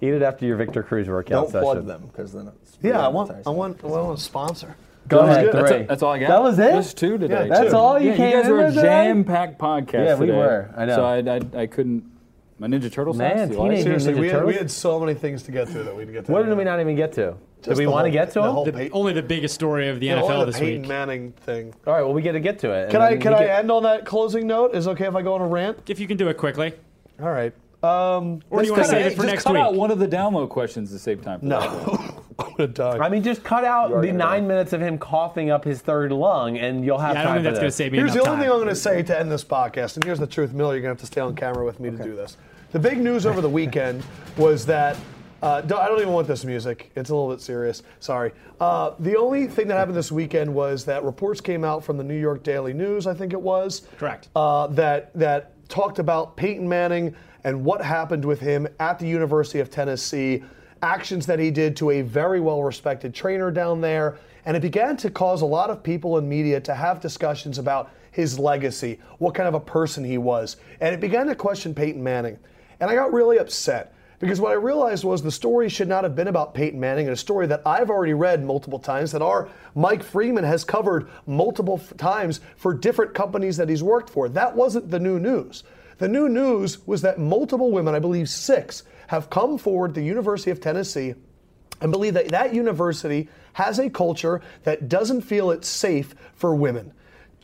Eat it after your Victor Cruz workout
Don't
session.
plug them because then it's
Yeah, I want, I want, I want a sponsor.
Go
That was good.
ahead, three.
That's, it. that's all I got.
That was it?
Just two today.
Yeah, that's
too.
all you
yeah,
came
You guys
in
were a
with today?
jam-packed podcast.
Yeah, we
today.
were. I know.
So I, I, I couldn't. My Ninja Turtle sauce.
Man,
do you like
teenage
it?
Seriously,
Ninja
we had, we
Turtles?
had so many things to get through that we didn't get to.
What did we not even get to? Did
Just
we
the
want to
whole-
get to
the
them?
whole
All
Peyton-
Only the biggest story of the
the
NFL
whole
this
Peyton
week.
Manning thing.
right, well, we get to get to it. and
Can
then
I
you
can I
get-
end on that closing note? Is it okay if I go on a rant?
If you can do it quickly,
All right. Um,
or do you want
Cut
to save
out-
it for
just
next
cut
week?
out one of the download questions to save time. For
no,
that.
I'm gonna die.
I mean, just cut out the
gonna
nine minutes of him coughing up his third lung, and you'll have
Yeah, I don't
time
think that's
for
going to
this.
save me
Here's
enough
the only
time.
thing I'm going to say to end this podcast, and here's the truth, Miller. You're going to have to stay on camera with me to do this. The big news over the weekend was that. Uh, don't- I don't even want this music. It's a little bit serious. Sorry. Uh, the only thing that happened this weekend was that reports came out from the New York Daily News, I think it was.
Correct.
Uh, that that talked about Peyton Manning and what happened with him at the University of Tennessee, actions that he did to a very well-respected trainer down there, and it began to cause a lot of people in media to have discussions about his legacy, what kind of a person he was, and it began to question Peyton Manning. And I got really upset because what I realized was the story should not have been about Peyton Manning, and a story that I've already read multiple times, that our Mike Freeman has covered multiple f- times for different companies that he's worked for. That wasn't the new news. The new news was that multiple women, I believe six, have come forward, the University of Tennessee, and believe that that university has a culture that doesn't feel it's safe for women.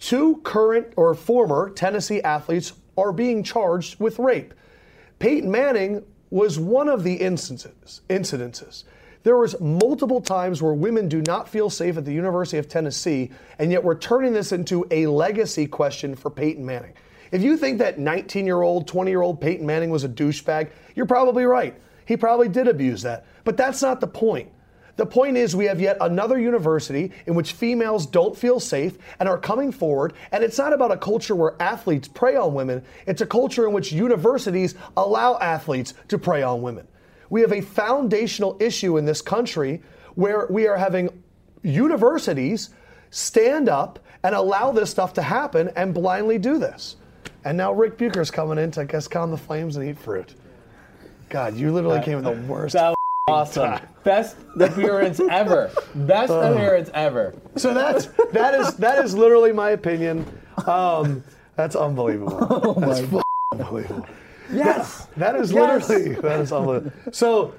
Two current or former Tennessee athletes are being charged with rape. Peyton Manning was one of the instances. Incidences. There was multiple times where women do not feel safe at the University of Tennessee, and yet we're turning this into a legacy question for Peyton Manning. If you think that 19-year-old, 20-year-old Peyton Manning was a douchebag, you're probably right. He probably did abuse that, but that's not the point. The point is, we have yet another university in which females don't feel safe and are coming forward. And it's not about a culture where athletes prey on women, it's a culture in which universities allow athletes to prey on women. We have a foundational issue in this country where we are having universities stand up and allow this stuff to happen and blindly do this. And now Rick Bucher's coming in to, I guess, calm the flames and eat fruit. God, you literally came in the worst.
That was awesome. Best appearance ever. Best
Uh.
appearance ever.
So that's that is that is literally my opinion. Um, that's unbelievable. that's f- unbelievable.
Yes.
That is
Yes.
literally that is unbelievable. So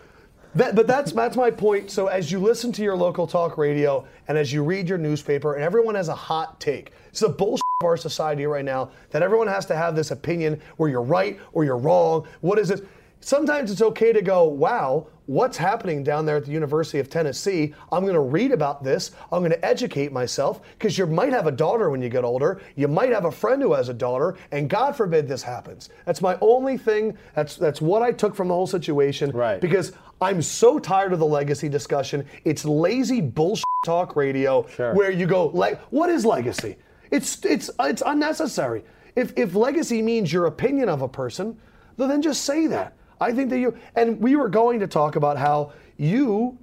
that but that's that's my point. So as you listen to your local talk radio and as you read your newspaper and everyone has a hot take. It's the bullshit of our society right now that everyone has to have this opinion where you're right or you're wrong. What is this? Sometimes it's okay to go, wow, what's happening down there at the University of Tennessee. I'm going to read about this. I'm going to educate myself because you might have a daughter when you get older. You might have a friend who has a daughter, and God forbid this happens. That's my only thing. That's that's what I took from the whole situation.
Right.
Because I'm so tired of the legacy discussion. It's lazy bullshit talk radio where you go like, what is legacy? It's it's it's unnecessary. If if legacy means your opinion of a person, well, then just say that. I think that you and we were going to talk about how you,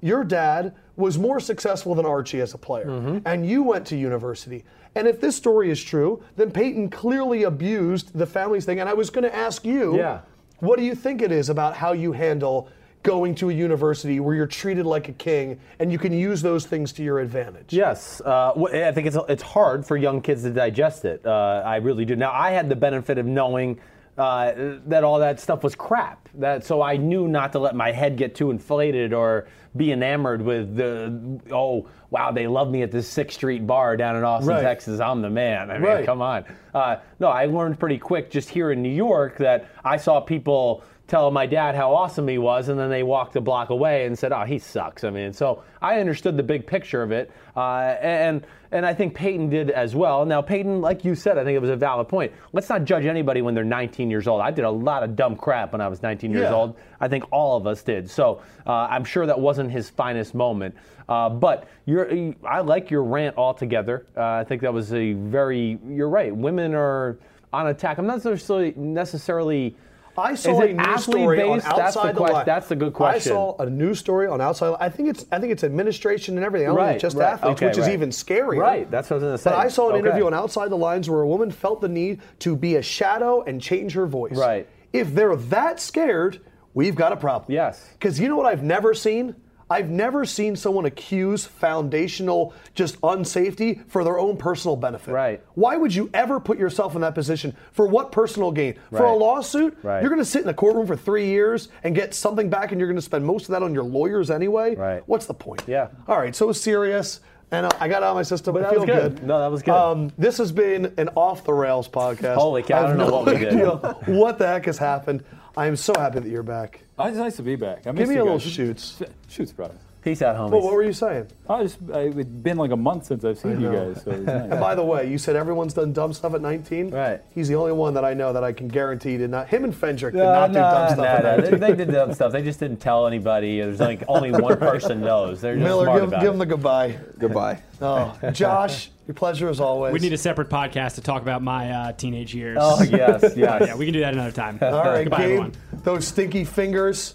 your dad, was more successful than Archie as a player, and you went to university. And if this story is true, then Peyton clearly abused the family's thing. And I was going to ask you,
Yeah.
what do you think it is about how you handle going to a university where you're treated like a king and you can use those things to your advantage?
Yes, uh, wh- I think it's it's hard for young kids to digest it. Uh, I really do. Now I had the benefit of knowing uh, that all that stuff was crap. That so I knew not to let my head get too inflated or be enamored with the oh wow they love me at this Sixth Street bar down in Austin,
Right.
Texas. I'm the man. I mean,
Right.
come on. Uh, no, I learned pretty quick just here in New York that I saw people tell my dad how awesome he was, and then they walked a block away and said, "Oh, he sucks." I mean, so I understood the big picture of it, uh, and and I think Peyton did as well. Now, Peyton, like you said, I think it was a valid point. Let's not judge anybody when they're 19 years old. I did a lot of dumb crap when I was 19 years
Yeah.
old. I think all of us did. So uh, I'm sure that wasn't his finest moment. Uh, but you're, I like your rant altogether. Uh, I think that was a very. You're right. Women are on attack. I'm not necessarily necessarily.
I saw
Is it
a news
athlete
story on
based? That's the
outside the,
quest-
line.
that's the good question.
I saw a news story on outside. I think it's I think it's administration and everything. I don't think
Right,
it's just
right.
athletes,
Okay,
which
right.
is even scarier.
Right, that's what I was gonna say.
But I saw an
Okay.
interview on Outside the Lines where a woman felt the need to be a shadow and change her voice.
Right.
If they're that scared, we've got a problem.
Yes.
Because you know what I've never seen? I've never seen someone accuse foundational just unsafety for their own personal benefit.
Right.
Why would you ever put yourself in that position? For what personal gain? For a
Right.
lawsuit?
Right.
You're going to sit in a courtroom for three years and get something back, and you're going to spend most of that on your lawyers anyway.
Right.
What's the point?
Yeah.
All right. So serious, and uh, I got it out of my system.
But
I
that
feel
was good. No, that was good.
Um, this has been an off the rails podcast.
Holy cow, I
have
don't know
no
what we did.
idea what the heck has happened? I am so happy that you're back.
It's nice to be back. I
Give
missed
me
you
a little
guys.
shoots.
Shoots, brother.
Peace out, homies.
Well, what were you saying?
I just, I, it's been like a month since I've seen you guys. So it's nice.
And by the way, you said everyone's done dumb stuff at 19.
Right.
He's the only one that I know that I can guarantee did not. Him and Fendrick did
No,
not do dumb
no,
stuff
no,
at
no.
19.
They, they did dumb stuff. They just didn't tell anybody. There's like only one person knows. They're just smart
Miller, give,
about
give
it.
him the goodbye.
Goodbye.
Oh, Josh, your pleasure as always.
We need a separate podcast to talk about my uh, teenage years.
Oh yes, yes.
yeah, we can do that another time.
All right,
Goodbye,
Gabe.
everyone.
Those stinky fingers.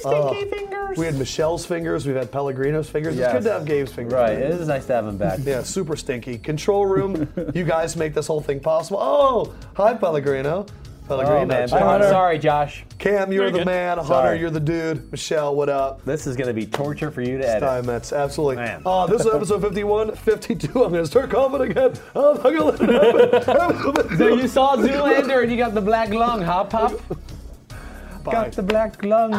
stinky fingers.
We had Michelle's fingers. We've had Pellegrino's fingers.
Yes.
It's good to have Gabe's fingers.
Right. It is nice to have him back.
Yeah, super stinky. Control room, you guys make this whole thing possible. Oh, hi, Pellegrino. Pellegrino.
Oh man,
John,
I'm sorry, Josh.
Cam, you're
Very
the
good.
man. Hunter,
Sorry.
you're the dude. Michelle, what up?
This is gonna be torture for you to edit.
Time, that's absolutely.
Man.
Uh, this is episode 51, 52. I'm going to start coughing again. I'm not going to let it happen.
So you saw Zoolander and you got the black lung, huh, Pop?
Bye.
Got the black lung.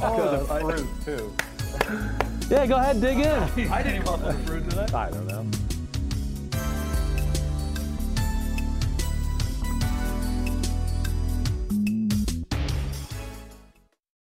Oh,
I,
Yeah, go ahead, dig in.
I didn't want the fruit today.
I don't know.